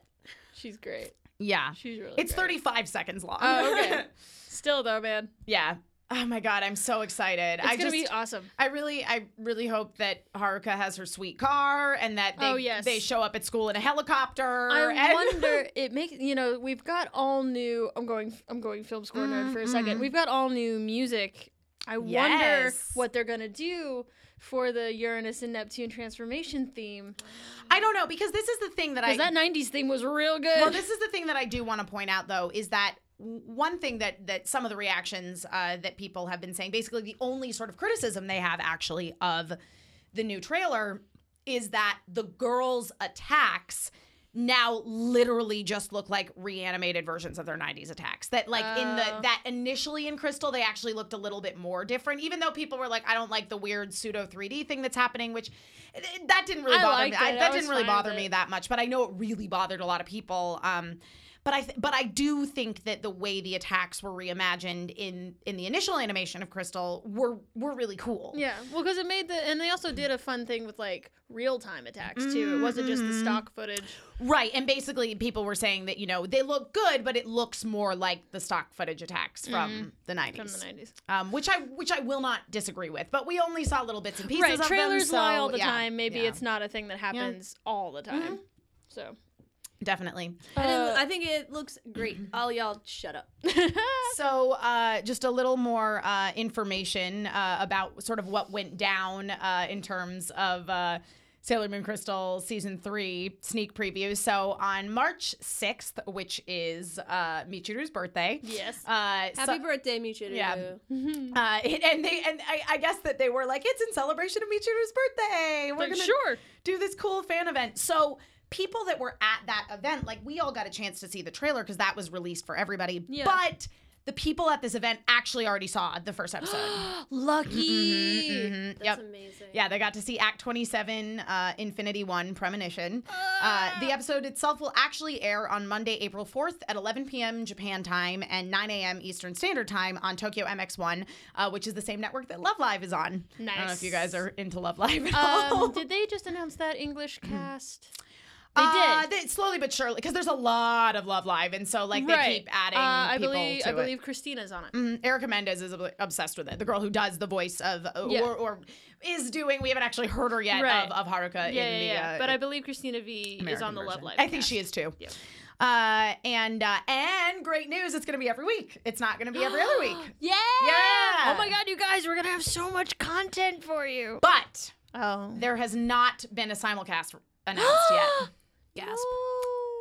Speaker 2: She's great.
Speaker 4: Yeah.
Speaker 2: She's really
Speaker 4: It's
Speaker 2: great.
Speaker 4: 35 seconds long.
Speaker 2: Oh, okay. Still though, man.
Speaker 4: yeah. Oh my god, I'm so excited.
Speaker 2: It's
Speaker 4: I
Speaker 2: gonna
Speaker 4: just
Speaker 2: be awesome.
Speaker 4: I really I really hope that Haruka has her sweet car and that they
Speaker 2: Oh, yes.
Speaker 4: they show up at school in a helicopter.
Speaker 2: I
Speaker 4: and-
Speaker 2: wonder it makes you know we've got all new. I'm going. I'm going film score nerd for a second. We've got all new music. I wonder
Speaker 4: Yes.
Speaker 2: what they're gonna do for the Uranus and Neptune transformation theme.
Speaker 4: I don't know because this is the thing that I
Speaker 2: Because that '90s theme was real good.
Speaker 4: Well, this is the thing that I do want to point out, though, is that w- one thing that that some of the reactions uh, that people have been saying, basically the only sort of criticism they have actually of the new trailer, is that the girls' attacks now literally just look like reanimated versions of their 90s attacks that like in the
Speaker 2: Oh.
Speaker 4: that initially in crystal they actually looked a little bit more different even though people were like i don't like the weird pseudo 3d thing that's happening which eh, that didn't really
Speaker 2: I
Speaker 4: bother
Speaker 2: liked
Speaker 4: me I,
Speaker 2: it. I
Speaker 4: that
Speaker 2: was
Speaker 4: didn't really
Speaker 2: fine with
Speaker 4: bother me
Speaker 2: it.
Speaker 4: that much, but I know it really bothered a lot of people. Um, but I th- but I do think that the way the attacks were reimagined in in the initial animation of Crystal were were really cool.
Speaker 2: Yeah, well, because it made the and they also did a fun thing with like real time attacks too. It wasn't just the stock footage.
Speaker 4: Right, and basically people were saying that you know they look good, but it looks more like the stock footage attacks from the
Speaker 2: Mm-hmm. from the
Speaker 4: nineties,
Speaker 2: nineties.
Speaker 4: um, which I which I will not disagree with. But we only saw little bits and pieces.
Speaker 2: Right,
Speaker 4: of them,
Speaker 2: trailers
Speaker 4: so,
Speaker 2: lie all the
Speaker 4: yeah,
Speaker 2: time. Maybe
Speaker 4: yeah,
Speaker 2: it's not a thing that happens all the time. So
Speaker 4: definitely.
Speaker 3: I,
Speaker 2: Uh,
Speaker 3: didn't- I think it looks great. All y'all, shut up.
Speaker 4: So, uh, just a little more uh, information uh, about sort of what went down uh, in terms of uh, Sailor Moon Crystal season three sneak preview. So on March 6th, which is uh, Meat Shooter's birthday.
Speaker 2: Yes.
Speaker 4: Uh, so-
Speaker 3: Happy birthday, Michiru.
Speaker 4: Yeah. uh, it, and they and I, I guess that they were like, it's in celebration of Meat Shooter's birthday. We're
Speaker 2: Like,
Speaker 4: gonna
Speaker 2: sure.
Speaker 4: do this cool fan event. So people that were at that event, like we all got a chance to see the trailer because that was released for everybody.
Speaker 2: Yeah.
Speaker 4: But the people at this event actually already saw the first episode.
Speaker 2: Lucky.
Speaker 4: Mhm,
Speaker 3: That's
Speaker 4: Yep.
Speaker 3: amazing.
Speaker 4: Yeah, they got to see Act 27, uh, Infinity One, Premonition. Uh,
Speaker 2: Ah.
Speaker 4: the episode itself will actually air on Monday, April 4th at 11 p.m. Japan time and 9 a.m. Eastern Standard Time on Tokyo MX1, uh, which is the same network that Love Live is on. I don't know if you guys
Speaker 2: Nice.
Speaker 4: are into Love Live at all.
Speaker 2: Um, did they just announce that English cast? They
Speaker 4: Uh,
Speaker 2: did.
Speaker 4: they- slowly but surely, because there's a lot of Love Live, and so like they keep adding
Speaker 2: Uh, I
Speaker 4: people
Speaker 2: believe
Speaker 4: to
Speaker 2: I
Speaker 4: it.
Speaker 2: believe Christina's on it.
Speaker 4: Mm, Erica Mendez is ob- obsessed with it. The girl who does the voice of, uh,
Speaker 2: Yeah.
Speaker 4: or, or is doing. We haven't actually heard her yet
Speaker 2: Right.
Speaker 4: of, of Haruka
Speaker 2: yeah,
Speaker 4: in
Speaker 2: yeah,
Speaker 4: the.
Speaker 2: yeah.
Speaker 4: Uh,
Speaker 2: but I believe Christina V is
Speaker 4: American
Speaker 2: on the Love
Speaker 4: version.
Speaker 2: Live.
Speaker 4: I think
Speaker 2: cast.
Speaker 4: she is too.
Speaker 2: Yeah.
Speaker 4: Uh, and uh, and great news! It's going to be every week. It's not going to be every other week.
Speaker 2: Yeah.
Speaker 4: Yeah.
Speaker 2: Oh my god, you guys, we're gonna have so much content for you.
Speaker 4: But
Speaker 2: Oh.
Speaker 4: there has not been a simulcast announced yet. Gasp!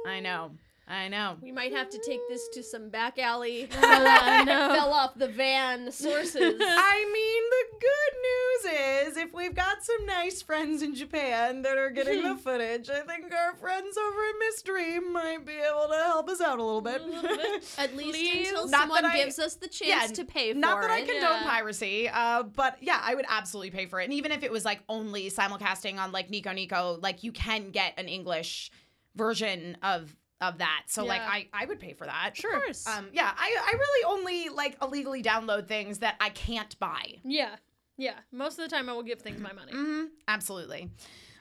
Speaker 4: I know. I know.
Speaker 3: We might have to take this to some back alley.
Speaker 2: I know.
Speaker 3: Fell off the van sources.
Speaker 4: I mean, the good news is if we've got some nice friends in Japan that are getting the footage, I think our friends over at Mystery might be able to help us out a little bit.
Speaker 3: At least
Speaker 4: Please?
Speaker 3: until
Speaker 4: Not
Speaker 3: someone
Speaker 4: that I-
Speaker 3: gives us the chance to pay for
Speaker 4: Not that I
Speaker 3: it.
Speaker 2: Yeah.
Speaker 4: condone piracy, uh, but yeah, I would absolutely pay for it. And even if it was like only simulcasting on like Nico Nico, like you can get an English version of of that. So like
Speaker 2: Yeah.
Speaker 4: I, I would pay for that.
Speaker 2: Sure. Of course.
Speaker 4: Um yeah, I, I really only like illegally download things that I can't buy.
Speaker 2: Yeah. Yeah. Most of the time, I will give things my money.
Speaker 4: hmm Absolutely.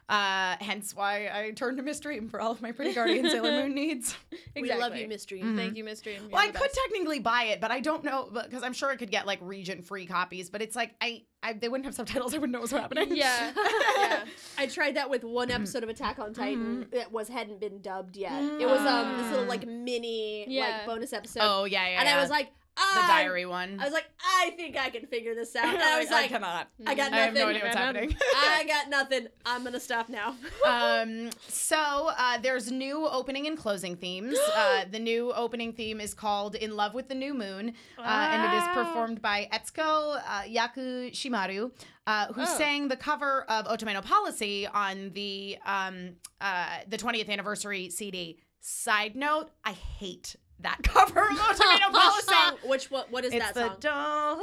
Speaker 4: Uh, hence why I turned to Mystery for all of my Pretty Guardian Sailor Moon needs.
Speaker 3: We love you,
Speaker 2: Exactly.
Speaker 3: mystery.
Speaker 4: Mm-hmm.
Speaker 2: Thank you, Mystery. You're
Speaker 4: Well, I
Speaker 2: the
Speaker 4: could
Speaker 2: best.
Speaker 4: technically buy it, but I don't know because I'm sure I could get like region free copies. But it's like I, I they wouldn't have subtitles. I wouldn't know what's happening.
Speaker 2: Yeah. yeah.
Speaker 3: I tried that with one episode of Attack on Titan
Speaker 4: Mm-hmm.
Speaker 3: that was hadn't been dubbed yet. It was um this little like mini
Speaker 2: Yeah.
Speaker 3: like bonus episode,
Speaker 4: Mm. Oh yeah, yeah.
Speaker 3: and I
Speaker 4: yeah.
Speaker 3: was like, um,
Speaker 4: the
Speaker 3: I,
Speaker 4: diary one.
Speaker 3: I was like, I think I can figure this out. And
Speaker 4: I
Speaker 3: I was like, I,
Speaker 4: cannot.
Speaker 3: got
Speaker 4: I have
Speaker 3: nothing.
Speaker 4: no idea what's
Speaker 2: I don't-
Speaker 4: happening.
Speaker 3: got nothing. I'm gonna stop now.
Speaker 4: um, so uh, there's new opening and closing themes. Uh, the new opening theme is called "In Love with the New Moon," uh, and it is
Speaker 2: Wow.
Speaker 4: performed by Etsuko uh, Yaku Shimaru, uh,
Speaker 3: Oh.
Speaker 4: who sang the cover of "Otome no Policy" on the um, uh, the 20th anniversary CD. Side note: I hate that cover of "Otome no
Speaker 3: Which
Speaker 4: Policy."
Speaker 3: song? Which what? What is
Speaker 4: It's
Speaker 3: that
Speaker 4: the
Speaker 3: song?
Speaker 4: don't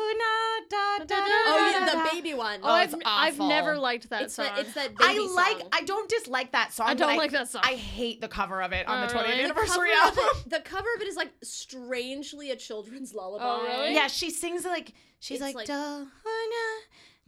Speaker 4: da, da, da,
Speaker 3: oh,
Speaker 4: da,
Speaker 3: yeah,
Speaker 4: da.
Speaker 3: the baby one.
Speaker 4: Oh, it's
Speaker 2: I've, I've
Speaker 4: awful.
Speaker 2: never liked that
Speaker 3: it's
Speaker 2: song.
Speaker 3: that. It's that baby
Speaker 4: I like.
Speaker 3: song.
Speaker 4: I don't dislike that song.
Speaker 2: I
Speaker 4: but
Speaker 2: don't like that song.
Speaker 4: I hate the cover of it on
Speaker 2: Oh,
Speaker 4: the 20th
Speaker 2: really? The
Speaker 3: The cover
Speaker 4: anniversary
Speaker 3: of
Speaker 4: album.
Speaker 3: it- The cover of it is like strangely a children's lullaby.
Speaker 4: Oh,
Speaker 2: really?
Speaker 4: Yeah, she sings like she's
Speaker 3: It's
Speaker 4: like.
Speaker 3: like-
Speaker 4: "Don't wanna-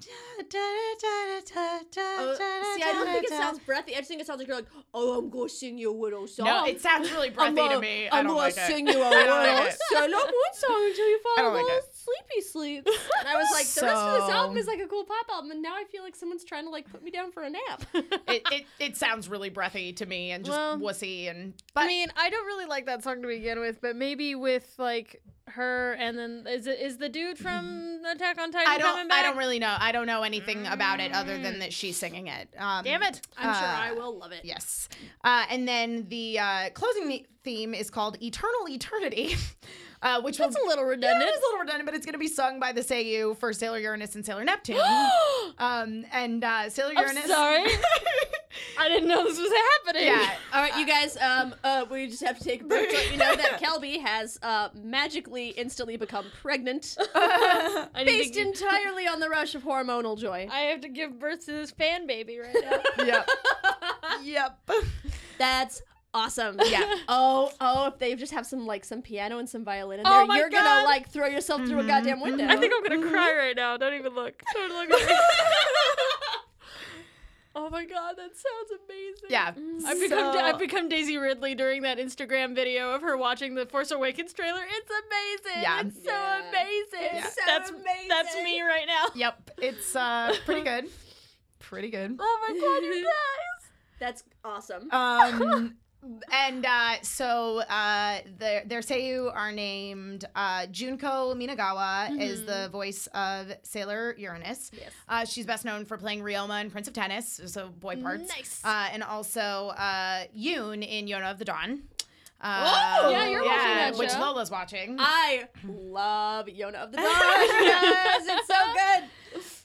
Speaker 4: da, da, da, da, da,
Speaker 3: Oh,
Speaker 4: da,
Speaker 3: see, I don't
Speaker 4: da,
Speaker 3: think it
Speaker 4: da."
Speaker 3: sounds breathy. I just think it sounds like you're like, oh, I'm gonna sing you a little song.
Speaker 4: No, it sounds really breathy
Speaker 3: I'm gonna,
Speaker 4: to me. I
Speaker 3: I'm
Speaker 4: don't
Speaker 3: gonna
Speaker 4: like
Speaker 3: sing
Speaker 4: it.
Speaker 3: you a
Speaker 4: I don't like
Speaker 3: little
Speaker 4: it.
Speaker 3: Sailor Moon song until you
Speaker 4: I
Speaker 3: fall
Speaker 4: don't
Speaker 3: in
Speaker 4: like
Speaker 3: love.
Speaker 4: it.
Speaker 3: Sleepy sleeps. And I was like, the rest of
Speaker 4: So-
Speaker 3: this album is like a cool pop album, and now I feel like someone's trying to like put me down for a nap.
Speaker 4: It, it it sounds really breathy to me and just
Speaker 2: Well,
Speaker 4: wussy and but
Speaker 2: I mean, I don't really like that song to begin with, but maybe with like her and then is it is the dude from Attack on Titan
Speaker 4: I
Speaker 2: coming
Speaker 4: don't
Speaker 2: back?
Speaker 4: I don't really know I don't know anything about it other than that she's singing it. Um,
Speaker 2: Damn it!
Speaker 3: Mm. I'm sure
Speaker 4: Uh,
Speaker 3: I will love it.
Speaker 4: Yes. Uh, and then the uh, closing the- theme is called Eternal Eternity, uh, which
Speaker 2: That's
Speaker 4: will,
Speaker 2: a little
Speaker 4: Yeah,
Speaker 2: redundant.
Speaker 4: it is a little redundant, but it's going to be sung by the Seiyu for Sailor Uranus and Sailor Neptune. um, and uh, Sailor
Speaker 2: I'm
Speaker 4: Uranus.
Speaker 2: sorry. I didn't know this was happening.
Speaker 4: yeah.
Speaker 3: All right, you guys. Um, uh, we just have to take a break to let you know that Kelby has uh magically instantly become pregnant,
Speaker 2: I, need to
Speaker 3: based
Speaker 2: gi-
Speaker 3: entirely on the rush of hormonal joy.
Speaker 2: I have to give birth to this fan baby right now.
Speaker 4: Yep. yep.
Speaker 3: That's awesome.
Speaker 4: Yeah.
Speaker 3: Oh, oh, if they just have some like some piano and some violin in
Speaker 2: Oh
Speaker 3: there,
Speaker 2: my
Speaker 3: you're
Speaker 2: God.
Speaker 3: gonna like throw yourself through a goddamn window.
Speaker 2: I think I'm
Speaker 4: Mm-hmm.
Speaker 2: gonna cry right now. Don't even look. Don't look at me. oh my god, that sounds amazing.
Speaker 4: Yeah.
Speaker 2: I've become
Speaker 4: So-
Speaker 2: I've become Daisy Ridley during that Instagram video of her watching the Force Awakens trailer. It's amazing.
Speaker 4: Yeah.
Speaker 2: It's so
Speaker 3: Yeah.
Speaker 2: amazing.
Speaker 3: It's so
Speaker 2: that's
Speaker 3: amazing.
Speaker 2: that's me right now.
Speaker 4: Yep. It's uh, pretty good. Pretty good.
Speaker 2: Oh my god, you guys.
Speaker 3: that's awesome.
Speaker 4: Um, and uh, so uh, their their seiyuu are named uh, Junko Minagawa is the voice of Sailor Uranus.
Speaker 3: Mm-hmm. Yes.
Speaker 4: Uh, she's best known for playing Ryoma in Prince of Tennis, so boy parts.
Speaker 2: Nice.
Speaker 4: Uh, and also uh, Yoon in Yona of the Dawn. Uh,
Speaker 3: Oh! Yeah, you're
Speaker 2: watching that
Speaker 4: Which
Speaker 3: show.
Speaker 4: Lola's watching.
Speaker 3: I love Yona of the Dawn. yes, it's so good.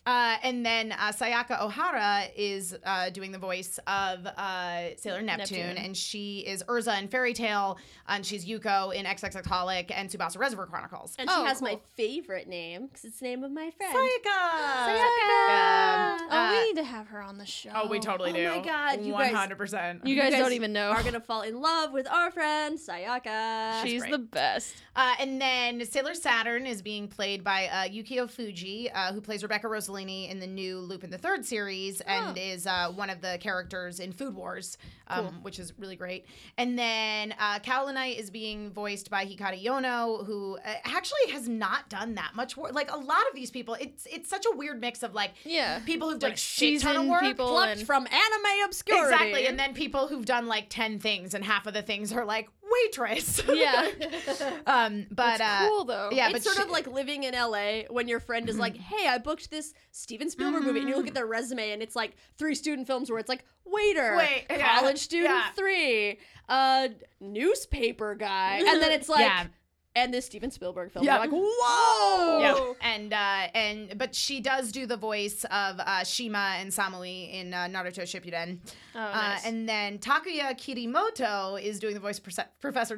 Speaker 4: Uh, and then uh, Sayaka O'Hara is uh, doing the voice of uh, Sailor Neptune,
Speaker 2: Neptune.
Speaker 4: and she is Urza in Fairy Tale, and she's Yuko in XXXHolic and Tsubasa Reservoir Chronicles.
Speaker 3: And
Speaker 2: Oh,
Speaker 3: she has my
Speaker 2: cool.
Speaker 3: favorite name because it's the name of my friend.
Speaker 4: Sayaka. Um,
Speaker 2: oh,
Speaker 4: uh,
Speaker 2: we need to have her on the show.
Speaker 4: totally
Speaker 3: Oh my God, you guys-
Speaker 4: percent.
Speaker 2: You guys, don't even know.
Speaker 3: Are gonna fall in love with our friend Sayaka.
Speaker 2: She's
Speaker 4: great.
Speaker 2: the best.
Speaker 4: Uh, and then Sailor Saturn is being played by uh, Yukio Fuji, uh, who plays Rebecca Rosalini in the new Lupin the Third series and is uh, one of the characters in Food Wars, um, which is really great. And then uh, Kaolinite is being voiced by Hikari Yono, who uh, actually has not done that much work. Like a lot of these people, it's it's such a weird mix of like
Speaker 2: Yeah.
Speaker 4: people who've done
Speaker 2: Like
Speaker 4: a shit ton of
Speaker 2: seasoned
Speaker 4: work.
Speaker 2: people
Speaker 3: plucked
Speaker 2: and-
Speaker 3: from anime obscurity.
Speaker 4: Exactly, and then people who've done like ten things, and half of the things are like waitress.
Speaker 2: Yeah.
Speaker 4: um, but uh,
Speaker 2: cool though.
Speaker 4: yeah,
Speaker 3: Oh. it's sort
Speaker 4: but she- Mm-hmm.
Speaker 3: of like living in LA when your friend is like, "Hey, I booked this Steven Spielberg movie," and you look at their resume and it's like three student films where it's like waiter,
Speaker 4: Wait, yeah,
Speaker 3: college student
Speaker 4: yeah.
Speaker 3: three, uh, newspaper guy, and then it's like,
Speaker 4: Yeah.
Speaker 3: and this Steven Spielberg film.
Speaker 4: Yeah.
Speaker 3: You're like, whoa,
Speaker 4: Yeah, and uh, and but she does do the voice of uh, Shima and Samui in uh, Naruto Shippuden,
Speaker 2: Oh,
Speaker 4: uh, and then Takuya Kirimoto is doing the voice of Profe- Professor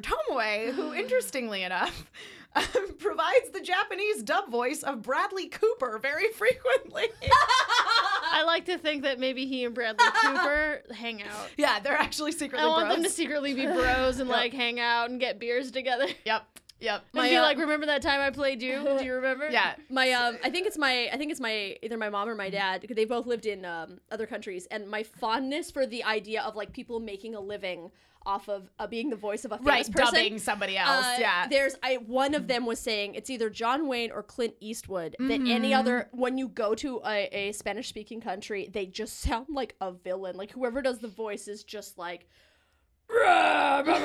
Speaker 4: Tomoe, who interestingly enough um, provides the Japanese dub voice of Bradley Cooper very frequently.
Speaker 2: I like to think that maybe he and Bradley Cooper hang out.
Speaker 4: yeah, they're actually secretly
Speaker 2: I want them to
Speaker 4: bros.
Speaker 2: secretly be bros and like hang out and get beers together.
Speaker 4: Yep, yep.
Speaker 2: and
Speaker 3: My,
Speaker 2: be
Speaker 3: uh,
Speaker 2: like, remember that time I played you? Do you remember?
Speaker 4: yeah,
Speaker 3: my um i think it's my i think it's my either my mom or
Speaker 4: Mm-hmm.
Speaker 3: my dad because they both lived in um, other countries and my fondness for the idea of like people making a living off of uh, being the voice of a
Speaker 4: right.
Speaker 3: famous person
Speaker 4: Dubbing somebody else.
Speaker 3: uh,
Speaker 4: yeah.
Speaker 3: there's I one of them was saying it's either John Wayne or Clint Eastwood that any
Speaker 2: Mm-hmm.
Speaker 3: other when you go to a, a Spanish speaking country they just sound like a villain like whoever does the voice is just like and they're like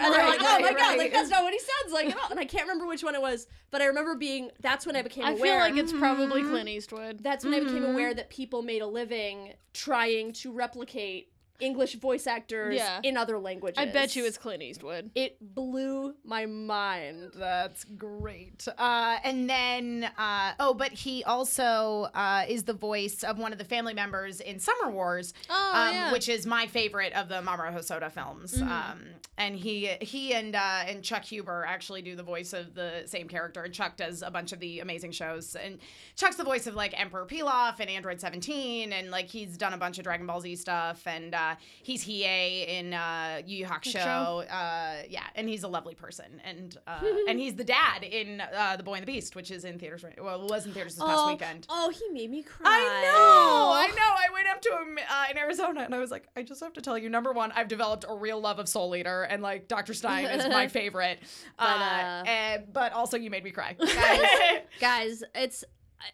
Speaker 3: oh my
Speaker 4: right,
Speaker 3: god
Speaker 4: right.
Speaker 3: like that's not what he sounds like at all and I can't remember which one it was but I remember being that's when I became
Speaker 2: I feel
Speaker 3: aware
Speaker 2: like Mm-hmm. it's probably Clint Eastwood.
Speaker 3: that's when I became aware that people made a living trying to replicate English voice actors
Speaker 2: Yeah.
Speaker 3: in other languages.
Speaker 2: I bet you it's Clint Eastwood.
Speaker 3: It blew my mind.
Speaker 4: That's great. Uh, and then, uh, oh, but he also uh, is the voice of one of the family members in Summer Wars,
Speaker 2: Oh,
Speaker 4: um,
Speaker 2: yeah.
Speaker 4: which is my favorite of the Mamoru Hosoda films. Um, and he, he and uh, and Chuck Huber actually do the voice of the same character. And Chuck does a bunch of the amazing shows. And Chuck's the voice of like Emperor Pilaf and Android Seventeen, and like he's done a bunch of Dragon Ball Z stuff. And uh, he's Hiei in uh, Yu Yu Hakusho. Uh, yeah, and he's a lovely person. And uh, and he's the dad in uh, The Boy and the Beast, which is in theaters. right- Well, it was in theaters this past weekend.
Speaker 3: oh, he made me cry.
Speaker 4: I know, I know. I went up to him uh, in Arizona, and I was like, I just have to tell you, number one, I've developed a real love of Soul Eater, and like Dr. Stein is my favorite. but, uh,
Speaker 3: uh,
Speaker 4: and- but also, you made me cry.
Speaker 3: Guys, it's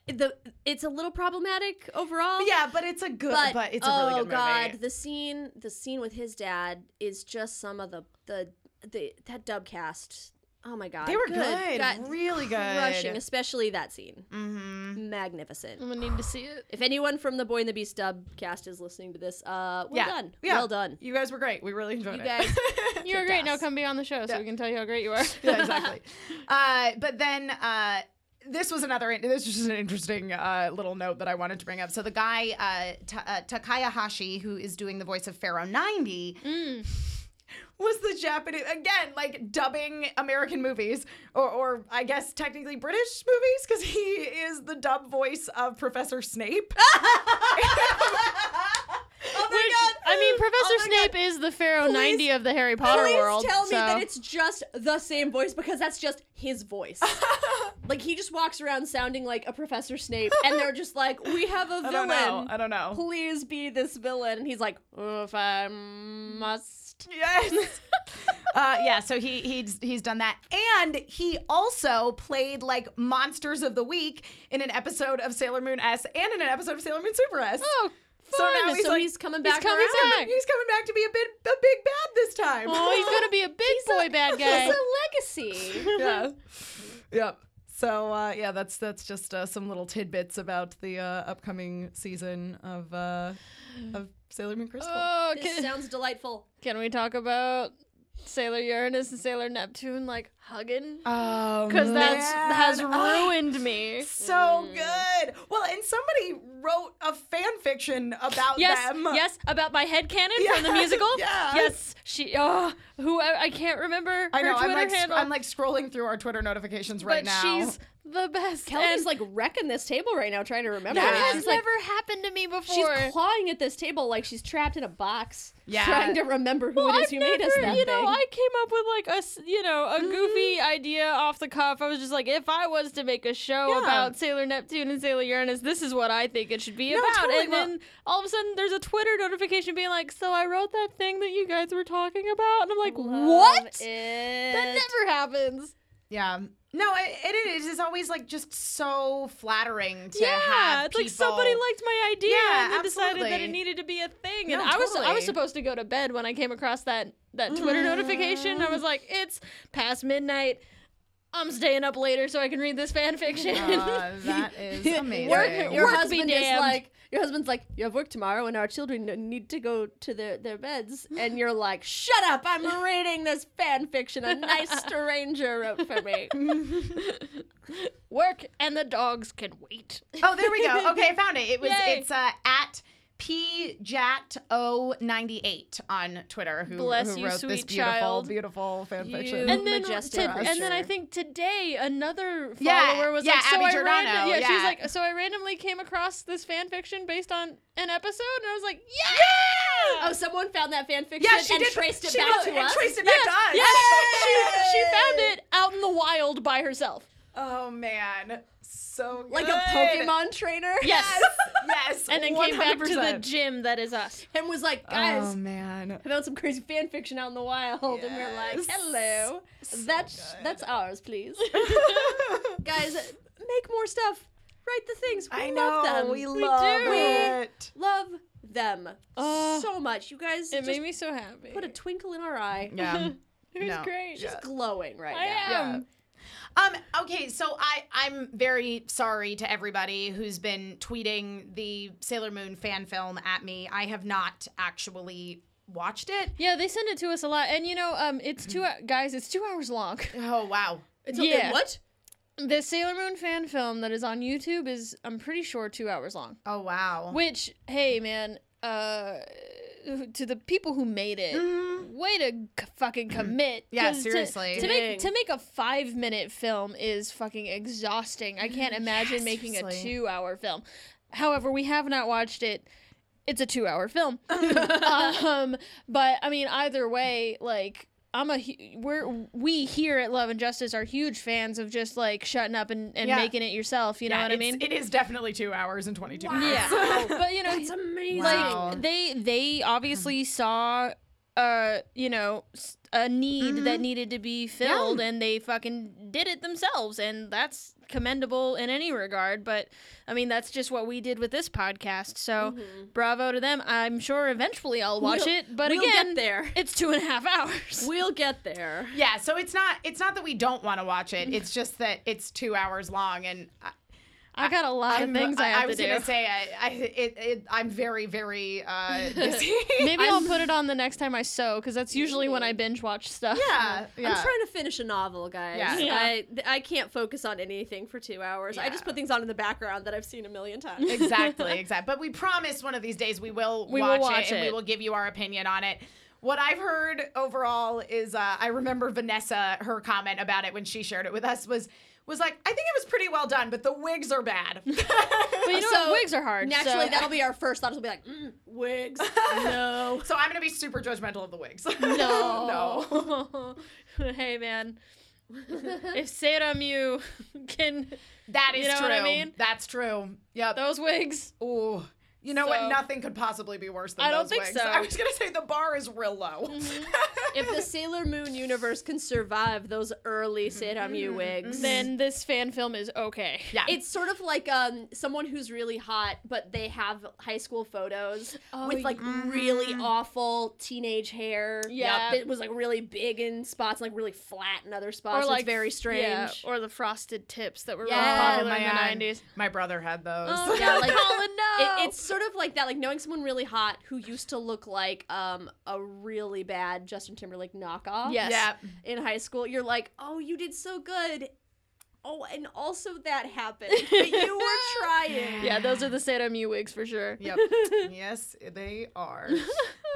Speaker 3: I- the it's a little problematic overall.
Speaker 4: yeah, but it's a good, but,
Speaker 3: But,
Speaker 4: it's
Speaker 3: oh
Speaker 4: a really good
Speaker 3: god,
Speaker 4: movie.
Speaker 3: the scene the scene with his dad is just some of the the, the that dub cast. Oh my god.
Speaker 4: They were good,
Speaker 3: God,
Speaker 4: really good.
Speaker 3: Crushing, especially that scene.
Speaker 4: Mm-hmm.
Speaker 3: Magnificent.
Speaker 2: I'm gonna need to see it.
Speaker 3: If anyone from the Boy and the Beast dub cast is listening to this, uh, well
Speaker 4: Yeah.
Speaker 3: done.
Speaker 4: Yeah.
Speaker 3: Well done.
Speaker 4: You guys were great. We really enjoyed
Speaker 3: You
Speaker 4: it.
Speaker 3: guys
Speaker 2: You're great. Now
Speaker 3: ass.
Speaker 2: come be on the show so we can tell you how great you are.
Speaker 4: yeah, exactly. Uh, but then uh, this was another. This was just an interesting uh, little note that I wanted to bring up. So the guy uh, Ta- uh, Takaya Hashi, who is doing the voice of Pharaoh ninety. Was the Japanese again like dubbing American movies or, or I guess technically British movies because he is the dub voice of Professor Snape.
Speaker 2: Which, I mean, Professor Snape is the Pharaoh 90 of the Harry Potter
Speaker 3: Please
Speaker 2: world.
Speaker 3: tell me
Speaker 2: so-
Speaker 3: that it's just the same voice because that's just his voice. like he just walks around sounding like a Professor Snape, and they're just like, "We have a
Speaker 4: I don't know.
Speaker 3: villain.
Speaker 4: I don't know.
Speaker 3: Please be this villain." And he's like, "Oh, "If I must."
Speaker 4: Yes. uh, yeah. So he he's he's done that, and he also played like monsters of the week in an episode of Sailor Moon S and in an episode of Sailor Moon Super S.
Speaker 2: Oh,
Speaker 3: So, now
Speaker 4: he's
Speaker 3: he's, so
Speaker 4: like-
Speaker 3: he's coming back.
Speaker 2: coming
Speaker 3: around.
Speaker 2: back.
Speaker 4: He's coming back to be a big, a big bad this time.
Speaker 2: Oh, he's gonna be a big boy bad guy.
Speaker 3: It's a legacy.
Speaker 4: yeah. Yep. So uh, yeah, that's that's just uh, some little tidbits about the uh, upcoming season of uh, of Sailor Moon Crystal.
Speaker 2: Oh,
Speaker 3: this
Speaker 2: can,
Speaker 3: sounds delightful.
Speaker 2: can we talk about Sailor Uranus and Sailor Neptune like hugging?
Speaker 4: Oh,
Speaker 2: Because that's Mm. has
Speaker 4: man. Oh,
Speaker 2: ruined me.
Speaker 4: so good. Well, and somebody wrote a fan fiction about
Speaker 2: Yes,
Speaker 4: them.
Speaker 2: yes, about my head cannon from the
Speaker 4: Yeah,
Speaker 2: musical.
Speaker 4: yeah.
Speaker 2: Yes, she. Oh, who I, I can't remember
Speaker 4: I
Speaker 2: her
Speaker 4: know.
Speaker 2: Twitter
Speaker 4: I'm like sc-
Speaker 2: handle.
Speaker 4: I'm like scrolling through our Twitter notifications
Speaker 2: but
Speaker 4: right now.
Speaker 2: she's the best. and
Speaker 3: Kelly's like wrecking this table right now, trying to remember.
Speaker 2: that
Speaker 3: it.
Speaker 2: has
Speaker 3: she's like,
Speaker 2: never happened to me before.
Speaker 3: she's clawing at this table like she's trapped in a box,
Speaker 4: Yeah.
Speaker 3: trying to remember who
Speaker 2: Well,
Speaker 3: it is
Speaker 2: I've
Speaker 3: who
Speaker 2: never,
Speaker 3: made us that
Speaker 2: you
Speaker 3: thing.
Speaker 2: know, I came up with like a, s- you know, a goofy idea off the cuff. I was just like, if I was to make a show
Speaker 4: Yeah.
Speaker 2: about Sailor Neptune and Sailor Uranus, this is what I think it should be
Speaker 4: No,
Speaker 2: about.
Speaker 4: totally,
Speaker 2: and
Speaker 4: well-
Speaker 2: then all of a sudden, there's a Twitter notification being like, "So I wrote that thing that you guys were talking about," and I'm like,
Speaker 3: Love
Speaker 2: "What?
Speaker 3: it.
Speaker 2: That never happens."
Speaker 4: yeah. No, it, it is always like just so flattering to
Speaker 2: yeah,
Speaker 4: have
Speaker 2: it's like somebody
Speaker 4: people-
Speaker 2: liked my idea
Speaker 4: Yeah,
Speaker 2: and then decided that
Speaker 4: absolutely.
Speaker 2: it needed to be a thing.
Speaker 4: No,
Speaker 2: and I was I
Speaker 4: totally. Mm-hmm.
Speaker 2: was supposed to go to bed when I came across that that Twitter notification. I was like, it's past midnight. I'm staying up later so I can read this fan fiction.
Speaker 4: Uh, that is amazing.
Speaker 2: Work-
Speaker 3: your
Speaker 2: be
Speaker 3: husband is
Speaker 2: damned.
Speaker 3: like your husband's like you have work tomorrow and our children need to go to their, their beds and you're like shut up i'm reading this fan fiction a nice stranger wrote for me
Speaker 4: Mm-hmm.
Speaker 2: Work and the dogs can wait.
Speaker 4: Oh, there we go. Okay, I found it. It was
Speaker 2: Yay.
Speaker 4: it's uh, at pjat098 on Twitter who,
Speaker 2: Bless
Speaker 4: who
Speaker 2: you,
Speaker 4: wrote this
Speaker 2: sweet
Speaker 4: beautiful,
Speaker 2: child.
Speaker 4: beautiful fan fiction.
Speaker 3: You-
Speaker 2: And then,
Speaker 3: Majestic
Speaker 2: to- and then I
Speaker 3: Usher.
Speaker 2: think today another follower
Speaker 4: Yeah,
Speaker 2: was
Speaker 4: yeah,
Speaker 2: like, so
Speaker 4: Abby
Speaker 2: I
Speaker 4: Giordano,
Speaker 2: ran- yeah,
Speaker 4: yeah.
Speaker 2: she's like, so I randomly came across this fan fiction based on an episode, and I was like, yeah,
Speaker 3: oh someone found that fan fiction
Speaker 4: yeah, she
Speaker 3: and
Speaker 4: did.
Speaker 3: traced it
Speaker 4: she
Speaker 3: back
Speaker 4: wrote-
Speaker 3: to
Speaker 4: and
Speaker 3: us
Speaker 4: Traced it back to us.
Speaker 2: Yes, she, she found it out in the wild by herself.
Speaker 4: Oh man, so
Speaker 3: like
Speaker 4: good.
Speaker 3: a pokemon trainer
Speaker 2: Yes.
Speaker 4: Yes,
Speaker 2: And then came back to the
Speaker 4: 100%.
Speaker 2: gym that is us.
Speaker 3: and was like
Speaker 4: Oh
Speaker 3: guys
Speaker 4: man.
Speaker 3: I found some crazy fan fiction out in the wild, and we're like,
Speaker 4: Yes.
Speaker 3: "Hello, that's that's ours, please, guys. Make more stuff. Write the things. We
Speaker 4: I
Speaker 3: love
Speaker 4: know
Speaker 3: them.
Speaker 4: we love
Speaker 2: do.
Speaker 4: it.
Speaker 3: love them
Speaker 2: Oh.
Speaker 3: so much. You guys
Speaker 2: It
Speaker 3: just
Speaker 2: made me so happy.
Speaker 3: put a twinkle in our eye.
Speaker 4: Yeah.
Speaker 2: it was
Speaker 4: no.
Speaker 2: great.
Speaker 3: She's glowing right
Speaker 2: I
Speaker 3: now.
Speaker 2: am.
Speaker 4: Um, okay, so I, I'm very sorry to everybody who's been tweeting the Sailor Moon fan film at me. I have not actually watched it.
Speaker 2: Yeah, they send it to us a lot, and you know, um, it's two hou- guys. It's two hours long.
Speaker 4: Oh, wow.
Speaker 3: It's
Speaker 2: Yeah.
Speaker 3: What?
Speaker 2: The Sailor Moon fan film that is on YouTube is, I'm pretty sure, two hours long.
Speaker 4: Oh, wow.
Speaker 2: Which, hey man, uh, to the people who made it, way to c- fucking commit.
Speaker 4: Mm-hmm. Yeah,
Speaker 2: 'Cause to-
Speaker 4: seriously.
Speaker 2: To, make
Speaker 3: Dang.
Speaker 2: to make a five minute film is fucking exhausting. I can't imagine making a
Speaker 4: Mm, seriously.
Speaker 2: two hour film. However, we have not watched it. It's a two hour film. um, but I mean, either way, like. I'm a hu- we're we here at Love and Justice are huge fans of just like shutting up and, and
Speaker 4: Yeah.
Speaker 2: making it yourself. You know
Speaker 4: Yeah,
Speaker 2: what I
Speaker 4: it's-
Speaker 2: mean?
Speaker 4: It is definitely two hours and 22 minutes.
Speaker 2: yeah, but you know
Speaker 3: It's amazing.
Speaker 2: like
Speaker 4: Wow.
Speaker 2: they they obviously saw uh you know s- a need that needed to be filled and they fucking did it themselves and that's commendable in any regard but i mean that's just what we did with this podcast so bravo to them i'm sure eventually i'll watch
Speaker 3: Mm-hmm. We'll-
Speaker 2: it but
Speaker 3: we'll
Speaker 2: again
Speaker 3: get there.
Speaker 2: it's two and a half hours
Speaker 3: We'll get there.
Speaker 4: Yeah, so it's not it's not that we don't want to watch it. It's just that it's two hours long, and I,
Speaker 2: i got a lot
Speaker 4: I'm-
Speaker 2: of things i, have
Speaker 4: was
Speaker 2: to
Speaker 4: gonna
Speaker 2: do
Speaker 4: say I, I it, it, I'm very very uh, busy.
Speaker 2: maybe i will put it on the next time i sew because that's usually when i binge watch stuff
Speaker 4: yeah, yeah.
Speaker 3: I'm trying to finish a novel, guys.
Speaker 4: Yeah.
Speaker 2: Yeah.
Speaker 3: I th- I can't focus on anything for two hours. I just
Speaker 4: Yeah.
Speaker 3: put things on in the background that I've seen a million times.
Speaker 4: exactly, exactly. But we promise one of these days we will
Speaker 2: We will
Speaker 4: watch,
Speaker 2: watch
Speaker 4: it, and we
Speaker 2: it.
Speaker 4: will give you our opinion on it. What I've heard overall is uh, I remember Vanessa her comment about it when she shared it with us was was like I think it was pretty well done, but the wigs are bad.
Speaker 2: but you know
Speaker 3: So,
Speaker 2: what? wigs are hard
Speaker 3: Naturally,
Speaker 2: so-
Speaker 3: that'll be our first thought. We'll be like, mm, wigs. no.
Speaker 4: so I'm gonna be super judgmental of the wigs. no.
Speaker 2: No. hey, man. if Sarah Mew can.
Speaker 4: That is
Speaker 2: You know
Speaker 4: true.
Speaker 2: what I mean?
Speaker 4: That's true. Yep.
Speaker 2: Those wigs.
Speaker 4: Ooh. You know what?
Speaker 2: So-
Speaker 4: Nothing could possibly be worse than
Speaker 2: I don't
Speaker 4: those
Speaker 2: think
Speaker 4: wigs.
Speaker 2: so. Mm-hmm.
Speaker 4: I was gonna say the bar is real low.
Speaker 3: if the Sailor Moon universe can survive those early
Speaker 2: Mm-hmm.
Speaker 3: Seiramyu wigs,
Speaker 2: then this fan film is okay.
Speaker 4: yeah.
Speaker 3: it's sort of like um someone who's really hot, but they have high school photos
Speaker 2: Oh,
Speaker 3: with like really awful teenage hair.
Speaker 2: Yeah.
Speaker 3: that was like really big in spots, like really flat in other spots. it's very strange.
Speaker 2: yeah, or the frosted tips that were
Speaker 3: Yeah.
Speaker 4: Oh,
Speaker 2: really popular Uh, in the
Speaker 4: man.
Speaker 2: nineties. Oh,
Speaker 4: My brother had those.
Speaker 3: yeah, like
Speaker 2: Colin, no.
Speaker 3: It, it's sort of like that, like knowing someone really hot who used to look like um a really bad Justin Timberlake knockoff.
Speaker 2: Yes.
Speaker 4: yeah.
Speaker 3: in high school, you're like, oh, you did so good. Oh, and also that happened. But you were trying.
Speaker 2: yeah, those are the Santa Mew wigs for sure.
Speaker 4: Yep. yes, they are.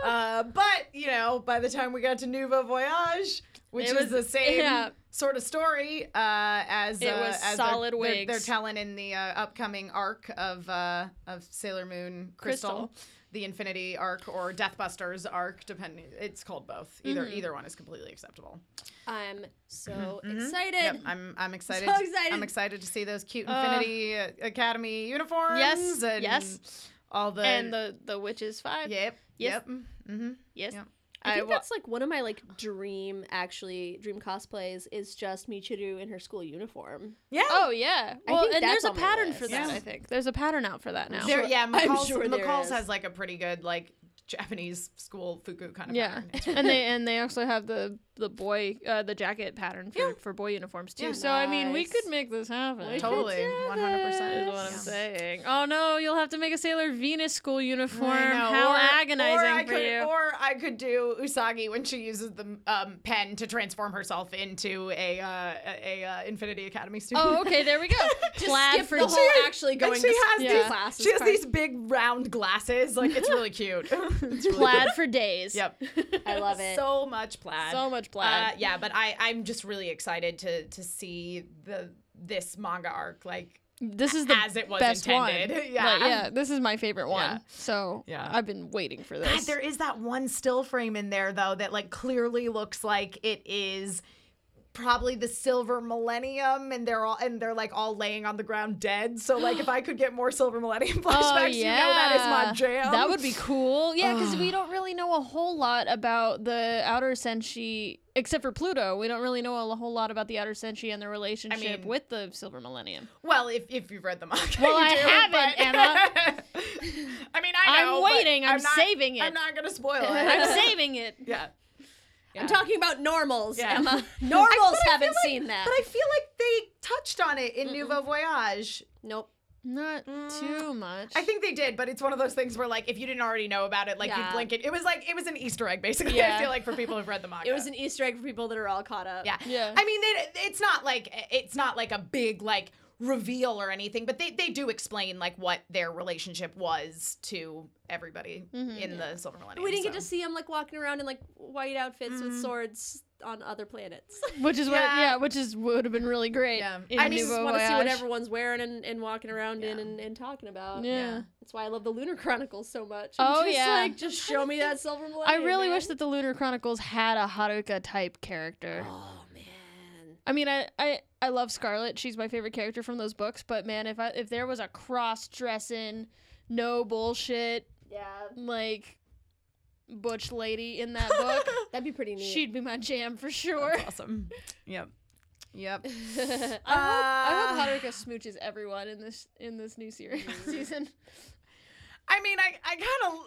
Speaker 4: Uh, but you know, by the time we got to Nouveau Voyage, which
Speaker 2: It
Speaker 4: is the
Speaker 2: was-
Speaker 4: same
Speaker 2: yeah.
Speaker 4: sort of story uh, as
Speaker 2: It
Speaker 4: uh,
Speaker 2: was
Speaker 4: as they're-
Speaker 2: solid
Speaker 4: they're,
Speaker 2: wigs.
Speaker 4: They're, telling in the uh, upcoming arc of uh, of Sailor Moon Crystal.
Speaker 2: Crystal.
Speaker 4: The Infinity arc or Deathbusters arc, depending. It's called both. Either
Speaker 2: Mm-hmm.
Speaker 4: either one is completely acceptable.
Speaker 3: I'm so
Speaker 4: Mm-hmm. Yep,
Speaker 3: excited.
Speaker 4: I'm I'm excited.
Speaker 3: So excited.
Speaker 4: I'm excited to see those cute
Speaker 2: Uh,
Speaker 4: Infinity uh, Academy uniforms.
Speaker 2: Yes,
Speaker 4: and
Speaker 2: yes.
Speaker 4: All the
Speaker 2: And the the witches five.
Speaker 4: Yep.
Speaker 2: Yes.
Speaker 4: Yep. Mm-hmm.
Speaker 2: Yes.
Speaker 4: Yep.
Speaker 3: I think
Speaker 2: wa-
Speaker 3: that's like one of my like dream actually dream cosplays is just Michiru in her school uniform.
Speaker 4: Yeah.
Speaker 2: Oh yeah.
Speaker 3: I
Speaker 2: Well,
Speaker 3: think
Speaker 2: and there's
Speaker 3: that's
Speaker 2: a
Speaker 3: on my
Speaker 2: pattern for
Speaker 3: list.
Speaker 2: that.
Speaker 4: Yeah.
Speaker 2: I think there's a pattern out for that now.
Speaker 4: There,
Speaker 3: sure-
Speaker 4: yeah,
Speaker 3: I'm
Speaker 4: McCall's,
Speaker 3: sure there
Speaker 4: McCall's
Speaker 3: is.
Speaker 4: has like a pretty good like Japanese school fuku kind of
Speaker 2: yeah,
Speaker 4: pattern. It's really-
Speaker 2: and they and they also have the the boy uh, the jacket pattern for, for boy uniforms too.
Speaker 4: Yeah.
Speaker 2: So I mean, we
Speaker 3: Nice.
Speaker 2: could make this happen.
Speaker 4: totally, one hundred
Speaker 2: Is
Speaker 4: percent.
Speaker 2: what I'm saying. Oh no, you'll have to make a Sailor Venus school uniform. How
Speaker 4: or,
Speaker 2: agonizing
Speaker 4: or I
Speaker 2: for
Speaker 4: could,
Speaker 2: you.
Speaker 4: Or I could do Usagi when she uses the um, pen to transform herself into a uh, a, a uh, Infinity Academy student.
Speaker 2: oh, okay, there we go. Plaid
Speaker 3: skip
Speaker 2: for
Speaker 3: the whole
Speaker 4: She-
Speaker 3: actually
Speaker 4: and
Speaker 3: going to
Speaker 4: she has
Speaker 3: school
Speaker 4: these,
Speaker 3: classes
Speaker 4: She has
Speaker 3: part.
Speaker 4: these big round glasses. Like it's really cute. It's really-
Speaker 2: plaid for days.
Speaker 4: Yep.
Speaker 3: I love it.
Speaker 4: So much plaid.
Speaker 2: So much
Speaker 4: Uh,
Speaker 2: plaid.
Speaker 4: yeah, but I I'm just really excited to to see the this manga arc like
Speaker 2: this is the
Speaker 4: as it was
Speaker 2: best
Speaker 4: intended.
Speaker 2: one.
Speaker 4: Yeah.
Speaker 2: Like, yeah, this is my favorite one.
Speaker 4: Yeah.
Speaker 2: So
Speaker 4: Yeah.
Speaker 2: I've been waiting for
Speaker 4: God,
Speaker 2: this.
Speaker 4: there is that one still frame in there though that like clearly looks like it is probably the silver millennium and they're all and they're like all laying on the ground dead. So like if I could get more silver millennium flashbacks, you know that is my jam.
Speaker 2: Oh, That would be cool. Yeah, because we don't really know a whole lot about the outer senshi, except for Pluto. We don't really know a whole lot about the outer senshi and their relationship
Speaker 4: mean-
Speaker 2: with the Silver Millennium.
Speaker 4: well if if you've read the manga.
Speaker 2: Well,
Speaker 4: you
Speaker 2: I
Speaker 4: do,
Speaker 2: haven't,
Speaker 4: but- I mean I
Speaker 2: I'm
Speaker 4: know but
Speaker 2: waiting. I'm
Speaker 4: not-
Speaker 2: saving it.
Speaker 4: I'm not gonna spoil it.
Speaker 2: I'm saving it.
Speaker 4: yeah.
Speaker 3: I'm talking about normals,
Speaker 4: Yeah.
Speaker 3: Emma.
Speaker 4: I- but
Speaker 3: Normals
Speaker 4: I feel
Speaker 3: haven't
Speaker 4: like-
Speaker 3: seen that.
Speaker 4: But I feel like they touched on it in Nouveau Voyage.
Speaker 3: nope.
Speaker 2: Not too much.
Speaker 4: Mm, I think they did, but it's one of those things where like if you didn't already know about it, like
Speaker 3: Yeah.
Speaker 4: you'd blink it. It was like it was an Easter egg basically. I
Speaker 2: Yeah.
Speaker 4: feel like for people who've read the manga.
Speaker 3: It was an Easter egg for people that are all caught up.
Speaker 4: yeah.
Speaker 2: Yeah.
Speaker 4: I mean, they, it's not like it's not like a big like reveal or anything, but they they do explain like what their relationship was to everybody in the Silver Millennium.
Speaker 3: Mm-hmm. We didn't get
Speaker 4: so.
Speaker 3: to see them like walking around in like white outfits with
Speaker 2: Mm-hmm.
Speaker 3: swords on other planets.
Speaker 2: which is what,
Speaker 4: Yeah.
Speaker 2: yeah, which is would have been really great.
Speaker 4: Yeah.
Speaker 2: in
Speaker 4: I
Speaker 3: I just
Speaker 2: Nouveau
Speaker 3: want to see what
Speaker 2: Voyage.
Speaker 3: everyone's wearing and, and walking around in
Speaker 4: Yeah.
Speaker 3: and, and talking about.
Speaker 2: Yeah.
Speaker 3: That's why I love the Lunar Chronicles so much.
Speaker 2: Oh,
Speaker 3: just
Speaker 2: yeah.
Speaker 3: Like, just show me that silver millennium.
Speaker 2: I really
Speaker 3: man.
Speaker 2: wish that the Lunar Chronicles had a Haruka type character.
Speaker 3: Oh man.
Speaker 2: I mean, I, I I love Scarlet. She's my favorite character from those books. But man, if I if there was a cross dressing, no bullshit,
Speaker 3: Yeah.
Speaker 2: like butch lady in that book,
Speaker 3: That'd be pretty neat.
Speaker 2: she'd be my jam for sure.
Speaker 4: awesome. Yep. Yep.
Speaker 2: I
Speaker 4: Uh,
Speaker 2: hope Haruka smooches everyone in this in this new series
Speaker 3: Mm-hmm.
Speaker 2: season.
Speaker 4: I mean, I, I kind of,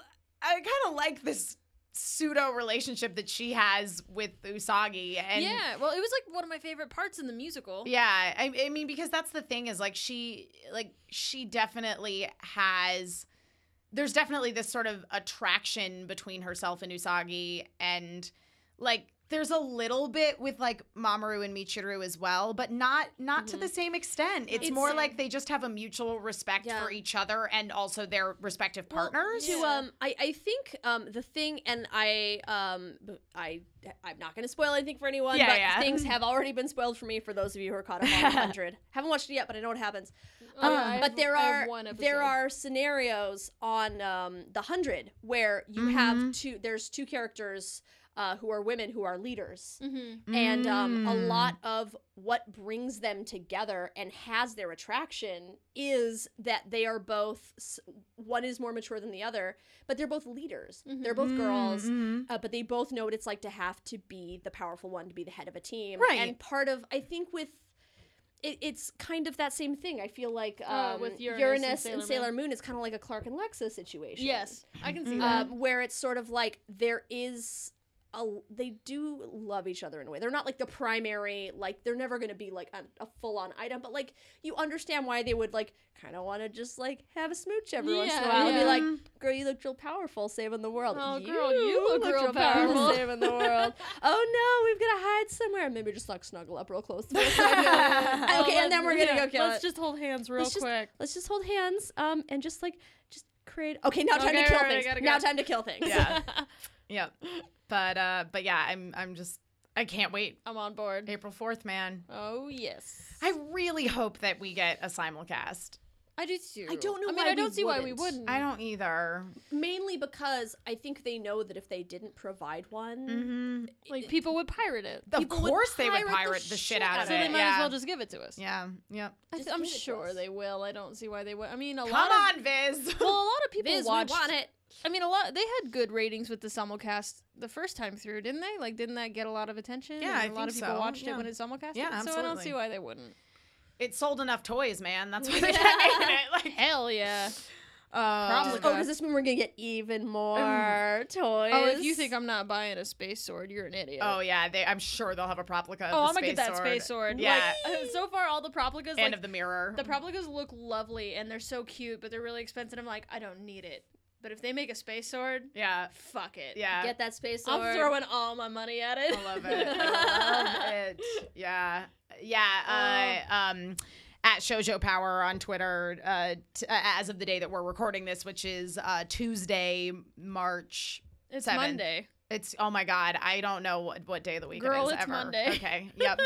Speaker 4: I kind of like this pseudo relationship that she has with Usagi, and
Speaker 2: yeah, well, it was like one of my favorite parts in the musical.
Speaker 4: yeah, I, I mean, because that's the thing is like she, like she definitely has. There's definitely this sort of attraction between herself and Usagi, and like there's a little bit with like Mamoru and Michiru as well, but not not to the same extent. It's,
Speaker 3: Mm-hmm. It's-
Speaker 4: more like they just have a mutual respect
Speaker 3: Yeah.
Speaker 4: for each other and also their respective
Speaker 3: Well,
Speaker 4: partners.
Speaker 3: To
Speaker 2: Yeah.
Speaker 3: um, I, I think um the thing, and I um b- I I'm not gonna spoil anything for anyone,
Speaker 4: Yeah,
Speaker 3: but
Speaker 4: yeah.
Speaker 3: things have already been spoiled for me for those of you who are caught up on 100. Haven't watched it yet, but I know what happens.
Speaker 2: Oh, yeah,
Speaker 3: Um,
Speaker 2: I have-
Speaker 3: but there
Speaker 2: I have
Speaker 3: are
Speaker 2: one episode.
Speaker 3: there are scenarios on um, the hundred where you have two. There's two characters uh, who are women who are leaders,
Speaker 2: Mhm.
Speaker 3: and um, a
Speaker 4: Mm.
Speaker 3: lot of what brings them together and has their attraction is that they are both s- one is more mature than the other, but they're both leaders. They're both girls, uh, but they both know what it's like to have to be the powerful one, to be the head of a team.
Speaker 1: Right.
Speaker 3: And part of, I think, with it, it's kind of that same thing. I feel like um,
Speaker 2: Uh,
Speaker 3: with
Speaker 2: with
Speaker 3: Uranus,
Speaker 2: Uranus
Speaker 3: and, Sailor, Moon. it's kind of like a Clark and Lexa situation.
Speaker 2: Yes, I can see that.
Speaker 3: Um, where it's sort of like there is a they do love each other in a way. They're not like the primary like they're never going to be like a, a full on item, but like you understand why they would like kind of want to just like have a smooch every once in a
Speaker 2: Yeah,
Speaker 3: while and be
Speaker 2: yeah.
Speaker 3: like, "Girl, you look real powerful, saving the world."
Speaker 2: Oh, girl, you look real powerful."
Speaker 3: saving the world. oh no, we've got to hide somewhere. Maybe just like snuggle up real close. For a second.
Speaker 2: Oh,
Speaker 3: okay, and
Speaker 2: let's-
Speaker 3: then we're gonna
Speaker 2: yeah,
Speaker 3: go kill
Speaker 2: Let's
Speaker 3: it.
Speaker 2: just hold hands real
Speaker 3: Let's just-
Speaker 2: quick.
Speaker 3: Let's just hold hands um, and just like just create. Okay, now time to
Speaker 2: Okay,
Speaker 3: kill
Speaker 2: alright, I
Speaker 3: things.
Speaker 2: gotta go.
Speaker 3: Now time to kill things.
Speaker 4: yeah, yeah. But uh, but yeah, I'm I'm just I can't wait.
Speaker 2: I'm on board.
Speaker 4: April fourth, man.
Speaker 2: Oh yes,
Speaker 4: I really hope that we get a simulcast.
Speaker 2: I do too.
Speaker 3: I don't know
Speaker 2: I mean,
Speaker 3: why
Speaker 2: I
Speaker 3: we
Speaker 2: don't see why we
Speaker 3: wouldn't.
Speaker 2: wouldn't.
Speaker 4: I don't either.
Speaker 3: Mainly because I think they know that if they didn't provide one,
Speaker 2: Mm-hmm. like people would pirate it.
Speaker 4: Of
Speaker 3: People would
Speaker 4: course, they would
Speaker 3: pirate the
Speaker 4: pirate the, shit out of
Speaker 2: so
Speaker 4: it.
Speaker 2: they might
Speaker 4: yeah.
Speaker 2: as well just give it to us.
Speaker 4: yeah, yeah.
Speaker 2: I
Speaker 3: Just
Speaker 2: th- I'm
Speaker 3: give it to
Speaker 2: sure
Speaker 3: us.
Speaker 2: they will. I don't see why they would. I mean, a lot of
Speaker 4: Come on, Viz.
Speaker 2: well, a lot of people
Speaker 3: Viz, we
Speaker 2: watched.
Speaker 3: want it.
Speaker 2: I mean, a lot. They had good ratings with the simulcast the first time through, didn't they? Like, didn't that get a lot of attention?
Speaker 4: Yeah,
Speaker 2: and
Speaker 4: I
Speaker 2: a lot
Speaker 4: think
Speaker 2: of people
Speaker 4: so.
Speaker 2: watched
Speaker 4: Yeah.
Speaker 2: it when it simulcast.
Speaker 4: Yeah,
Speaker 2: so I don't
Speaker 4: absolutely.
Speaker 2: see why they wouldn't.
Speaker 4: it sold enough toys, man. That's why they kept making it. Like,
Speaker 2: Hell yeah!
Speaker 4: um,
Speaker 3: oh, does this mean we're gonna get even more toys?
Speaker 2: Mm. Oh, if you think I'm not buying a space sword, you're an idiot.
Speaker 4: oh yeah, they, I'm sure they'll have a proplica. Of
Speaker 2: Oh,
Speaker 4: the
Speaker 2: I'm gonna get
Speaker 4: space
Speaker 2: that
Speaker 4: sword.
Speaker 2: space sword.
Speaker 4: Yeah,
Speaker 2: Like, uh, so far, all the proplicas,
Speaker 4: and
Speaker 2: like,
Speaker 4: of the mirror.
Speaker 2: the proplicas look lovely and they're so cute, but they're really expensive. I'm like, I don't need it. But if they make a space sword,
Speaker 4: yeah,
Speaker 2: fuck it.
Speaker 4: yeah.
Speaker 3: get that space sword,
Speaker 2: I'm throwing all my money at it.
Speaker 4: I love it. I love it. Yeah.
Speaker 2: Oh.
Speaker 4: Yeah. Uh, um, at Shoujo Power on Twitter, uh, t- uh, as of the day that we're recording this, which is uh, Tuesday, March.
Speaker 2: It's
Speaker 4: Seven.
Speaker 2: Monday.
Speaker 4: It's oh my god, I don't know what, what day of the week
Speaker 2: Girl,
Speaker 4: it is
Speaker 2: it's
Speaker 4: ever.
Speaker 2: Monday.
Speaker 4: Okay, yep.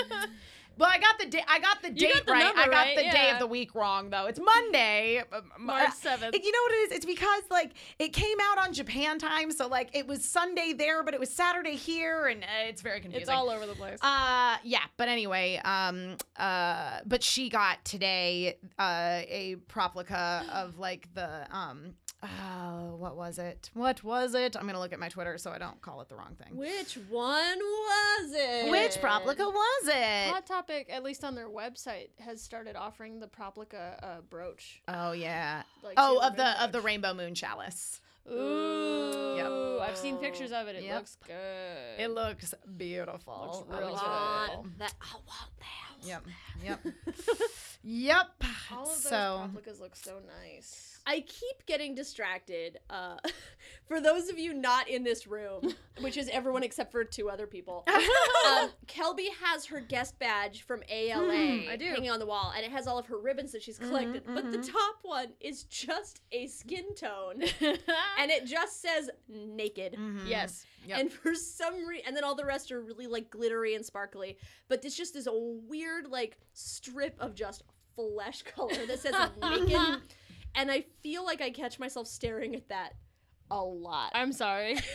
Speaker 4: well, I got the day. I got the date
Speaker 2: got the
Speaker 4: right. I
Speaker 2: number
Speaker 4: got
Speaker 2: right,
Speaker 4: the day of
Speaker 2: yeah.
Speaker 4: the week wrong though. It's Monday, uh, m-
Speaker 2: March
Speaker 4: uh,
Speaker 2: 7th.
Speaker 4: it- You know what it is? It's because like it came out on Japan time, so like it was Sunday there, but it was Saturday here, and uh, it's very confusing.
Speaker 2: It's all over the place.
Speaker 4: Uh yeah, but anyway, um uh but she got today uh a proplica of like the um uh, what was it? What was it? I'm gonna look at my Twitter so I don't call it the wrong thing.
Speaker 3: Which one was it?
Speaker 4: Which proplica was it?
Speaker 2: Hot Topic, at least on their website, has started offering the Proplica uh, brooch.
Speaker 4: Oh yeah.
Speaker 2: Like
Speaker 4: Oh,
Speaker 2: Sailor
Speaker 4: of the
Speaker 2: Moon
Speaker 4: of the rainbow moon chalice.
Speaker 2: brooch. Ooh.
Speaker 4: Yep.
Speaker 2: I've seen pictures of it. It
Speaker 4: Yep.
Speaker 2: looks good.
Speaker 4: It looks beautiful.
Speaker 2: Looks real
Speaker 4: Looks
Speaker 2: good.
Speaker 4: beautiful.
Speaker 3: That I want that.
Speaker 4: Yep. Yep. yep.
Speaker 2: all of those
Speaker 4: so
Speaker 2: Proplicas look so nice.
Speaker 3: I keep getting distracted. Uh, for those of you not in this room, which is everyone except for two other people, um, Kelby has her guest badge from ALA
Speaker 2: Hmm, I do. Mm-hmm,
Speaker 3: hanging on the wall, and it has all of her ribbons that she's collected. But the top one is just a skin tone, and it just says naked.
Speaker 4: Mm.
Speaker 2: yes.
Speaker 4: Yep.
Speaker 3: And for some reason, and then all the rest are really like glittery and sparkly. But it's just this weird like strip of just flesh color that says naked. And I feel like I catch myself staring at that a lot.
Speaker 2: I'm sorry.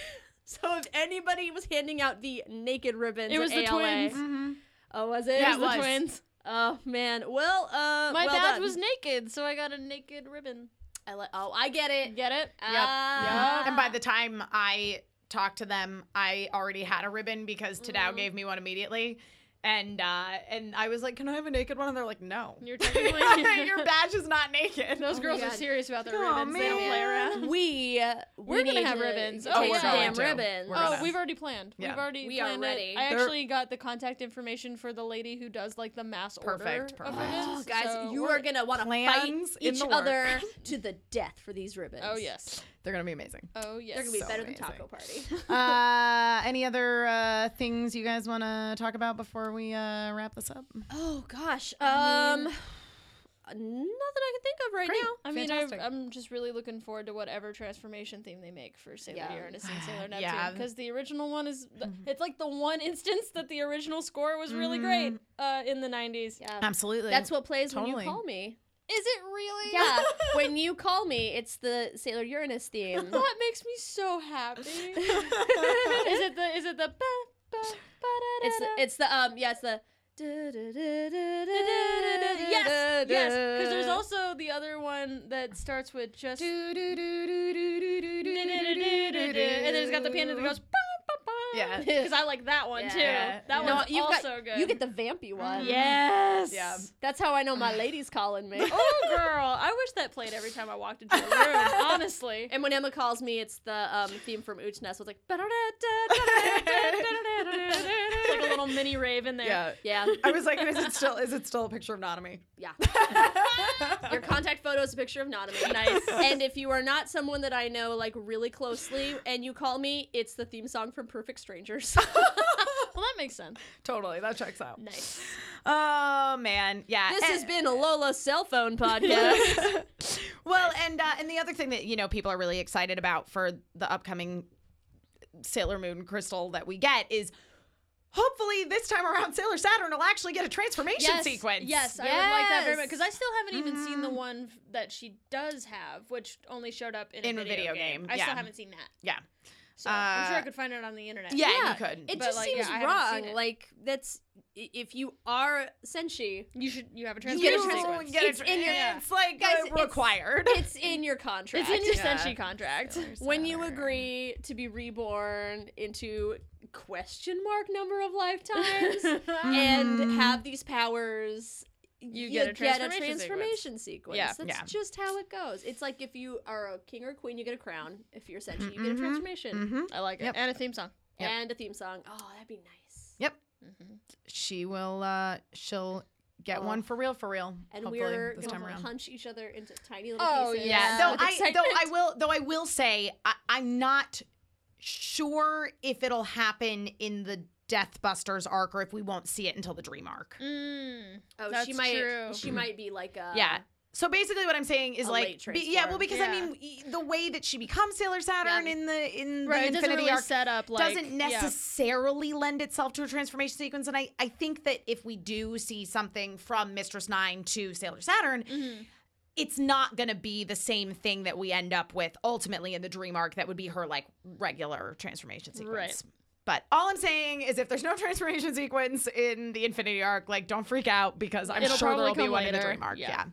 Speaker 3: So if anybody was handing out the naked ribbons,
Speaker 2: It was the
Speaker 3: at ALA,
Speaker 2: twins.
Speaker 4: mm-hmm.
Speaker 3: Oh, was it?
Speaker 4: Yeah,
Speaker 2: It was the
Speaker 4: was.
Speaker 2: twins.
Speaker 3: Oh man. Well, uh,
Speaker 2: My
Speaker 3: well
Speaker 2: badge
Speaker 3: done.
Speaker 2: was naked, so I got a naked ribbon.
Speaker 3: I li- oh, I get it.
Speaker 2: Get it?
Speaker 3: Ah.
Speaker 4: And by the time I talked to them, I already had a ribbon because Tadao
Speaker 2: Mm-hmm.
Speaker 4: gave me one immediately. And uh, and I was like, "Can I have a naked one?" And they're like, "No,
Speaker 2: You're technically-
Speaker 4: your badge is not naked."
Speaker 2: Those girls
Speaker 3: Oh God.
Speaker 2: are serious about their
Speaker 4: Aw,
Speaker 2: ribbons. They don't play around.
Speaker 3: we
Speaker 2: We're gonna
Speaker 3: need
Speaker 2: have
Speaker 3: to
Speaker 2: ribbons.
Speaker 3: take
Speaker 2: Oh, we're
Speaker 3: some damn
Speaker 4: going to.
Speaker 3: ribbons.
Speaker 4: We're
Speaker 2: Oh,
Speaker 4: gonna-
Speaker 2: we've already planned.
Speaker 4: Yeah.
Speaker 2: We've already
Speaker 3: We are
Speaker 2: planned
Speaker 3: ready.
Speaker 2: It. I
Speaker 4: They're-
Speaker 2: actually got the contact information for the lady who does like the mass order
Speaker 4: Perfect,
Speaker 2: of
Speaker 4: perfect.
Speaker 2: ribbons.
Speaker 3: Oh, guys,
Speaker 2: so
Speaker 3: you
Speaker 2: we're-
Speaker 3: are gonna want to fight
Speaker 4: Plans in
Speaker 3: each
Speaker 4: the works.
Speaker 3: other to the death for these ribbons.
Speaker 2: Oh yes.
Speaker 4: They're gonna be amazing.
Speaker 2: Oh yes.
Speaker 3: they're gonna be
Speaker 4: So
Speaker 3: better than
Speaker 4: amazing.
Speaker 3: taco party.
Speaker 4: uh, any other uh, things you guys want to talk about before we uh, wrap this up?
Speaker 3: oh gosh, um, nothing I can think of right
Speaker 4: Great.
Speaker 3: now.
Speaker 2: I mean, I,
Speaker 4: Fantastic.
Speaker 2: I'm just really looking forward to whatever transformation theme they make for Sailor
Speaker 3: Yeah. Mm-hmm.
Speaker 2: Uranus and Sailor
Speaker 4: Yeah.
Speaker 2: Neptune because the original one is th- it's like the one instance that the original score was really great uh, in the 90s.
Speaker 3: Mm. Yeah,
Speaker 4: Absolutely.
Speaker 3: that's what plays when
Speaker 4: Totally.
Speaker 3: you call me.
Speaker 2: Is it really?
Speaker 3: Yeah, when you call me, it's the Sailor Uranus theme.
Speaker 2: that makes me so happy. is it the is it the ba, ba, ba, da, da,
Speaker 3: It's the,
Speaker 2: da?
Speaker 3: it's the um yeah it's the
Speaker 2: yes, yes. Because there's also the other one that starts with just. and then it's got the piano that goes.
Speaker 4: Yeah.
Speaker 2: Because I like that one too.
Speaker 4: Yeah.
Speaker 2: That
Speaker 4: No,
Speaker 2: one's
Speaker 3: you've got-
Speaker 2: also good.
Speaker 3: You get the vampy one.
Speaker 2: Yes.
Speaker 4: Yeah.
Speaker 3: That's how I know my lady's calling me.
Speaker 2: Oh, girl. I wish that played every time I walked into a room, honestly.
Speaker 3: And when Emma calls me, it's the um, theme from Ooch Nest. So it's like,
Speaker 2: It's like a little mini rave in there.
Speaker 4: Yeah.
Speaker 3: yeah,
Speaker 4: I was like, is it still is it still a picture of Notomy?
Speaker 3: yeah. Your contact photo is a picture of Notomy. Nice. And if you are not someone that I know like really closely, and you call me, it's the theme song from Perfect Strangers.
Speaker 2: Well, that makes sense.
Speaker 4: Totally, that checks out.
Speaker 2: Nice.
Speaker 4: Oh man, yeah.
Speaker 3: this
Speaker 4: and-
Speaker 3: has been a Lola cell phone podcast.
Speaker 4: well, and uh, and the other thing that you know people are really excited about for the upcoming Sailor Moon Crystal that we get is hopefully this time around Sailor Saturn will actually get a transformation
Speaker 2: yes,
Speaker 4: sequence. Mm-hmm.
Speaker 2: Yes, I would like that very much
Speaker 3: Yes.
Speaker 2: because I still haven't even seen the one f- that she does have, which only showed up in,
Speaker 4: In a
Speaker 2: a video,
Speaker 4: video game,
Speaker 2: I
Speaker 4: yeah.
Speaker 2: still haven't seen that,
Speaker 4: yeah,
Speaker 2: so I'm sure I
Speaker 4: Uh,
Speaker 2: could find it on the internet.
Speaker 4: yeah, you could.
Speaker 3: It
Speaker 2: But,
Speaker 3: just
Speaker 2: like, yeah,
Speaker 3: seems
Speaker 2: I haven't seen
Speaker 3: wrong.
Speaker 2: it.
Speaker 3: Like that's i- if you are senshi,
Speaker 2: you should. You have a
Speaker 4: you
Speaker 2: transformation
Speaker 3: know,
Speaker 2: sequence.
Speaker 4: get a
Speaker 3: It's in your-
Speaker 4: it's like
Speaker 3: Guys,
Speaker 4: uh,
Speaker 3: it's-
Speaker 4: required.
Speaker 3: it's in your contract.
Speaker 2: It's in your
Speaker 4: Yeah.
Speaker 2: Senshi contract.
Speaker 3: when you agree to be reborn into question mark number of lifetimes and have these powers
Speaker 2: Mm-hmm. You
Speaker 3: you
Speaker 2: get a transformation
Speaker 3: transformation, sequence.
Speaker 2: Yeah.
Speaker 3: That's
Speaker 4: Yeah.
Speaker 3: just how it goes. It's like if you are a king or queen, you get a crown. If you're Senshi, you get
Speaker 2: Mm-hmm.
Speaker 3: a transformation
Speaker 4: Mm-hmm.
Speaker 2: I like it.
Speaker 4: Yep.
Speaker 2: And a theme song.
Speaker 4: Yep.
Speaker 3: and a theme song. Oh, that'd be nice.
Speaker 4: Yep,
Speaker 3: Mm-hmm.
Speaker 4: she will. uh She'll get one for real, for real.
Speaker 3: Oh. And
Speaker 4: hopefully,
Speaker 3: we're
Speaker 4: this
Speaker 3: gonna
Speaker 4: time around.
Speaker 3: punch each other into tiny little
Speaker 2: Oh,
Speaker 3: pieces.
Speaker 2: yeah.
Speaker 4: though
Speaker 3: with
Speaker 4: I though I
Speaker 3: excitement.
Speaker 4: will though I will say I, I'm not sure if it'll happen in the Death Busters arc or if we won't see it until the Dream arc.
Speaker 2: Mm.
Speaker 3: Oh,
Speaker 2: That's
Speaker 3: she might.
Speaker 2: true.
Speaker 3: She might be like a
Speaker 4: Yeah. So basically, what I'm saying is
Speaker 3: Uh, A
Speaker 4: like,
Speaker 3: late
Speaker 4: be- yeah, well,
Speaker 3: transform.
Speaker 4: because I
Speaker 2: Yeah.
Speaker 4: mean, e- the way that she becomes Sailor Saturn
Speaker 3: Yeah.
Speaker 4: in the in
Speaker 2: Right. It
Speaker 4: the
Speaker 2: doesn't
Speaker 4: Infinity
Speaker 2: really
Speaker 4: arc
Speaker 2: set up like
Speaker 4: doesn't
Speaker 2: yeah.
Speaker 4: necessarily lend itself to a transformation sequence. And I, I think that if we do see something from Mistress Nine to Sailor Saturn,
Speaker 2: Mm-hmm.
Speaker 4: it's not going to be the same thing that we end up with ultimately in the dream arc that would be her like regular transformation sequence.
Speaker 2: Right.
Speaker 4: But all I'm saying is if there's no transformation sequence in the Infinity arc, like don't freak out because I'm
Speaker 2: It'll
Speaker 4: sure
Speaker 2: probably
Speaker 4: there'll be
Speaker 2: come
Speaker 4: one in the
Speaker 2: later.
Speaker 4: dream arc.
Speaker 2: Yeah.
Speaker 4: Yeah.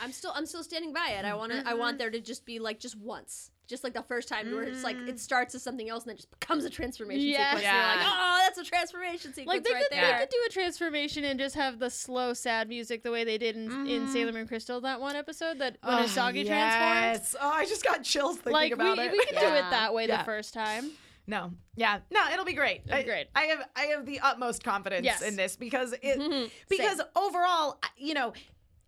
Speaker 3: I'm still I'm still standing by it. I want to I want there to just be like just once. Just like the first time where it's like it starts as something else and then just becomes a transformation
Speaker 2: Yes.
Speaker 3: sequence. Mm. Yeah. And you're
Speaker 4: Yeah.
Speaker 3: like, "Oh, that's a transformation sequence
Speaker 2: Like they
Speaker 3: right
Speaker 2: could,
Speaker 3: there."
Speaker 2: they could do a transformation and just have the slow, sad music the way they did in,
Speaker 4: Mm.
Speaker 2: in Sailor Moon Crystal that one episode that when Usagi transforms.
Speaker 4: transforms. Oh, I just got chills thinking
Speaker 2: Like we,
Speaker 4: about it.
Speaker 2: we could do it
Speaker 3: Yeah.
Speaker 2: that way
Speaker 4: Yeah.
Speaker 2: the first time.
Speaker 4: No. Yeah. No, it'll be great.
Speaker 2: It'll be
Speaker 4: I-
Speaker 2: great.
Speaker 4: I, have I have the utmost confidence
Speaker 2: Yes. Mm-hmm.
Speaker 4: in this because it because overall, I- you know,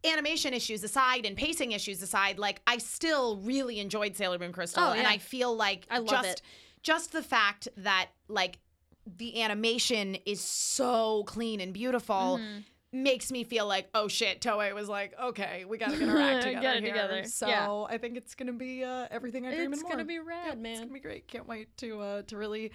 Speaker 4: animation issues aside and pacing issues aside, like I still really enjoyed Sailor Moon Crystal
Speaker 2: Oh,
Speaker 4: and
Speaker 2: yeah.
Speaker 4: I feel like
Speaker 3: I love
Speaker 4: just
Speaker 3: it.
Speaker 4: just the fact that like the animation is so clean and beautiful.
Speaker 2: Mm-hmm.
Speaker 4: Makes me feel like, oh shit, Toei was like, okay, we gotta get our act
Speaker 2: Get
Speaker 4: together.
Speaker 2: it
Speaker 4: here.
Speaker 2: together.
Speaker 4: So
Speaker 2: Yeah.
Speaker 4: I think it's gonna be uh, everything I dream
Speaker 2: It's
Speaker 4: and more.
Speaker 2: gonna be rad,
Speaker 4: Yep, It's
Speaker 2: man.
Speaker 4: gonna be great. Can't wait to uh, to really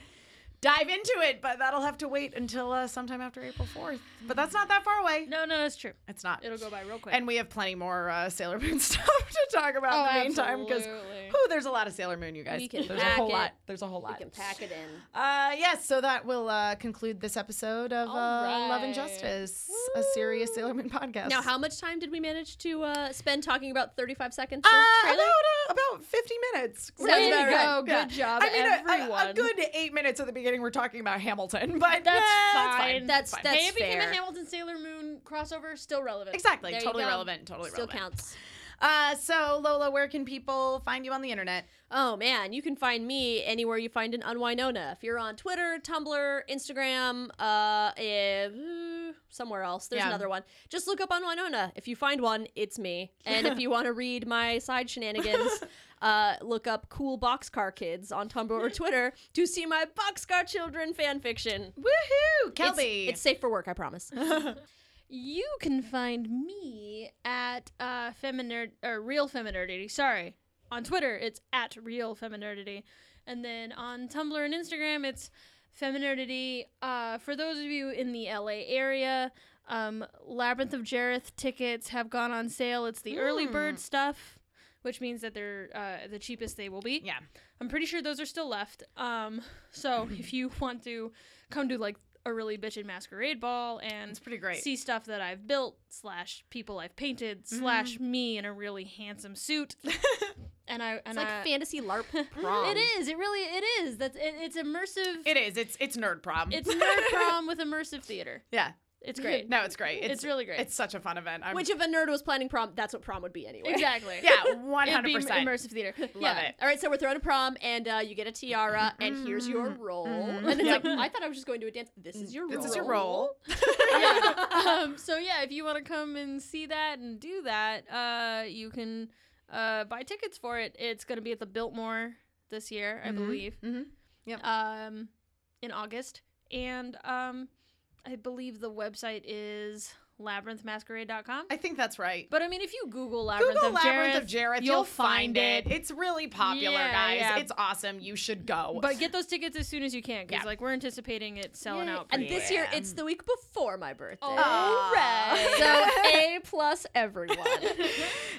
Speaker 4: dive into it, but that'll have to wait until uh, sometime after April fourth. But that's not that far away.
Speaker 2: No, no, that's true.
Speaker 4: It's not.
Speaker 2: It'll go by real quick.
Speaker 4: and we have plenty more uh, Sailor Moon stuff to talk about in
Speaker 2: Oh,
Speaker 4: the meantime because
Speaker 2: absolutely.
Speaker 4: whew, there's a lot of Sailor Moon, you guys.
Speaker 3: We can
Speaker 4: there's a
Speaker 3: pack
Speaker 4: whole
Speaker 3: it.
Speaker 4: lot. There's a whole
Speaker 3: We
Speaker 4: lot.
Speaker 3: can pack it in.
Speaker 4: Uh, yes, so that will uh, conclude this episode of uh,
Speaker 2: All
Speaker 4: Love and
Speaker 2: right.
Speaker 4: Justice, a serious Sailor Moon podcast.
Speaker 3: Now, how much time did we manage to uh, spend talking about 35 seconds
Speaker 4: Uh,
Speaker 3: of
Speaker 4: about
Speaker 3: trailer?
Speaker 4: uh, about fifty minutes. Sounds
Speaker 2: about right.
Speaker 4: Yeah.
Speaker 2: Oh, Good job,
Speaker 4: I mean, a- a- A,
Speaker 2: everyone.
Speaker 4: good eight minutes at the beginning, we're talking about Hamilton, but
Speaker 2: That's
Speaker 4: eh, it's
Speaker 2: fine.
Speaker 3: That's
Speaker 4: fine.
Speaker 3: that's
Speaker 2: hey, it became
Speaker 3: fair.
Speaker 2: a Hamilton Sailor Moon crossover, still relevant.
Speaker 4: exactly
Speaker 3: There you
Speaker 4: totally
Speaker 3: go.
Speaker 4: relevant. Totally
Speaker 3: Still
Speaker 4: relevant.
Speaker 3: counts.
Speaker 4: Uh, so Lola, where can people find you on the internet?
Speaker 3: Oh man, you can find me anywhere you find an unwinona. If you're on Twitter, Tumblr, Instagram, uh, eh, ooh, somewhere else, there's
Speaker 4: Yeah.
Speaker 3: another one. Just look up unwinona. If you find one, it's me. And if you want to read my side shenanigans, uh, look up Cool Boxcar Kids on Tumblr or Twitter to see my Boxcar Children fan fiction.
Speaker 4: Woohoo,
Speaker 3: It's,
Speaker 4: Kelby.
Speaker 3: it's safe for work, I promise.
Speaker 2: You can find me at uh, Feminerd or Real Feminerdity. Sorry, on Twitter it's at Real Feminerdity, and then on Tumblr and Instagram it's Feminerdity. Uh, for those of you in the LA area, um, Labyrinth of Jareth tickets have gone on sale. It's the early bird stuff, which means that they're uh, the cheapest they will be.
Speaker 4: yeah.
Speaker 2: I'm pretty sure those are still left. Um, so if you want to come to like a really bitchin' masquerade ball and
Speaker 4: It's pretty great.
Speaker 2: see stuff that I've built slash people I've painted
Speaker 4: Mm-hmm.
Speaker 2: slash me in a really handsome suit. and I
Speaker 3: It's
Speaker 2: and
Speaker 3: like
Speaker 2: I,
Speaker 3: fantasy LARP prom.
Speaker 2: it is. It really it is. That's it, it's immersive.
Speaker 4: it is. It's it's nerd prom.
Speaker 2: it's nerd prom with immersive theater.
Speaker 4: yeah.
Speaker 2: It's great.
Speaker 4: No, it's great. It's,
Speaker 2: It's really great.
Speaker 4: It's such a fun event. I'm,
Speaker 3: Which, if a nerd was planning prom, that's what prom would be anyway.
Speaker 2: Exactly.
Speaker 4: yeah, one
Speaker 2: It'd
Speaker 4: hundred
Speaker 2: be
Speaker 4: percent.
Speaker 2: immersive theater.
Speaker 4: Love it.
Speaker 3: All right, so we're throwing a prom, and uh, you get a tiara, and here's your role. And it's like, I thought I was just going to a dance. This is your role.
Speaker 4: This is your role.
Speaker 2: yeah. Um, so yeah, if you want to come and see that and do that, uh, you can uh, buy tickets for it. It's going to be at the Biltmore this year, I believe,
Speaker 4: Mm-hmm.
Speaker 2: um, in August. And um, I believe the website is labyrinthmasquerade.com.
Speaker 4: I think that's right.
Speaker 2: But I mean, if you Google Labyrinth,
Speaker 4: Google
Speaker 2: of, Jareth,
Speaker 4: Labyrinth of Jareth.
Speaker 2: you'll
Speaker 4: You'll, find
Speaker 2: find
Speaker 4: it. It's really popular,
Speaker 2: Yeah,
Speaker 4: guys.
Speaker 2: yeah.
Speaker 4: It's awesome. You should go.
Speaker 2: but get those tickets as soon as you can because
Speaker 4: Yeah.
Speaker 2: like we're anticipating it selling
Speaker 3: Yay.
Speaker 2: out.
Speaker 3: And
Speaker 2: pretty
Speaker 3: this
Speaker 2: quick.
Speaker 3: year,
Speaker 4: Yeah. Oh.
Speaker 3: it's the week before my birthday.
Speaker 2: All
Speaker 3: So A plus everyone.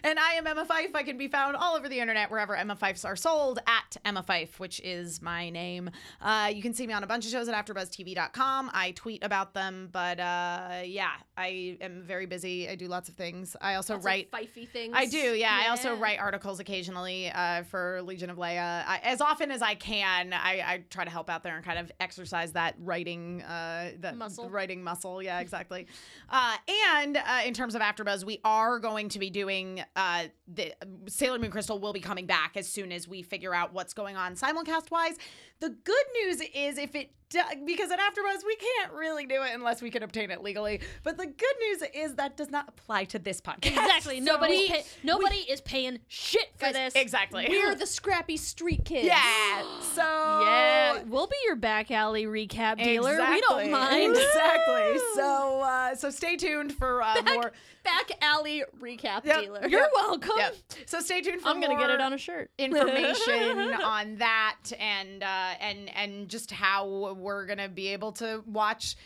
Speaker 4: and I am Emma Fife. I can be found all over the internet wherever Emma Fifes are sold at Emma Fife, which is my name. Uh, you can see me on a bunch of shows at AfterBuzzTV.com. I tweet about them, but uh, yeah, I am very busy. I do lots of things. I also write.
Speaker 3: Fifey things.
Speaker 4: I do, yeah. I also
Speaker 2: Yeah.
Speaker 4: write articles occasionally uh, for Legion of Leia. I, as often as I can, I, I try to help out there and kind of exercise that writing, uh, that
Speaker 2: Muscle.
Speaker 4: writing muscle. Yeah, exactly. uh, and uh, in terms of AfterBuzz, we are going to be doing uh, the Sailor Moon Crystal will be coming back as soon as we figure out what's going on simulcast wise. The good news is if it do- because at AfterBuzz we can't really do it unless we can obtain it legally. But the good news is that does not apply to this podcast.
Speaker 2: Exactly.
Speaker 4: So-
Speaker 2: Nobody. nobody is paying shit for
Speaker 3: Guys,
Speaker 2: this.
Speaker 4: Exactly.
Speaker 3: We're the scrappy street kids.
Speaker 4: yeah. So
Speaker 2: Yeah, we'll be your back alley recap dealer. We
Speaker 4: Oh.
Speaker 2: don't
Speaker 4: Exactly.
Speaker 2: mind.
Speaker 4: Exactly. So uh, so stay tuned for uh, more.
Speaker 3: Back alley recap
Speaker 4: Yep.
Speaker 3: dealer.
Speaker 4: Yep.
Speaker 2: You're welcome.
Speaker 4: Yep. So stay tuned for
Speaker 2: I'm gonna get it
Speaker 4: more-
Speaker 2: on a shirt.
Speaker 4: information on that and uh, and and just how we're gonna be able to watch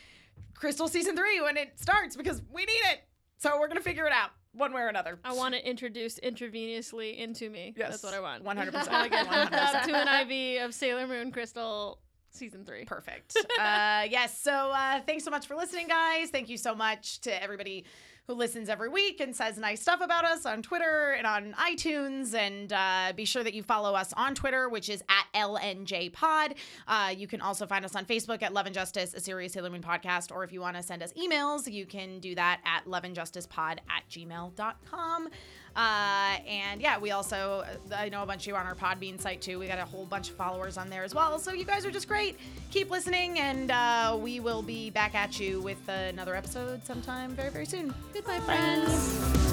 Speaker 4: Crystal season three when it starts because we need it. So we're gonna figure it out one way or another.
Speaker 2: I want it introduced intravenously into me.
Speaker 4: Yes,
Speaker 2: That's what I want.
Speaker 4: One hundred
Speaker 2: I
Speaker 4: percent.
Speaker 2: get hooked up to an IV of Sailor Moon Crystal season three.
Speaker 4: Perfect. Uh, yes. So uh, thanks so much for listening, guys. Thank you so much to everybody who listens every week and says nice stuff about us on Twitter and on iTunes. And uh, be sure that you follow us on Twitter, which is at LNJ Pod. Uh, you can also find us on Facebook at Love and Justice, a serious Sailor Moon podcast. Or if you want to send us emails, you can do that at loveandjusticepod at gmail.com. Uh, and yeah, we also, I know a bunch of you on our Podbean site too. We got a whole bunch of followers on there as well. So you guys are just great. Keep listening, and uh, we will be back at you with another episode sometime very, very soon.
Speaker 3: Goodbye, friends.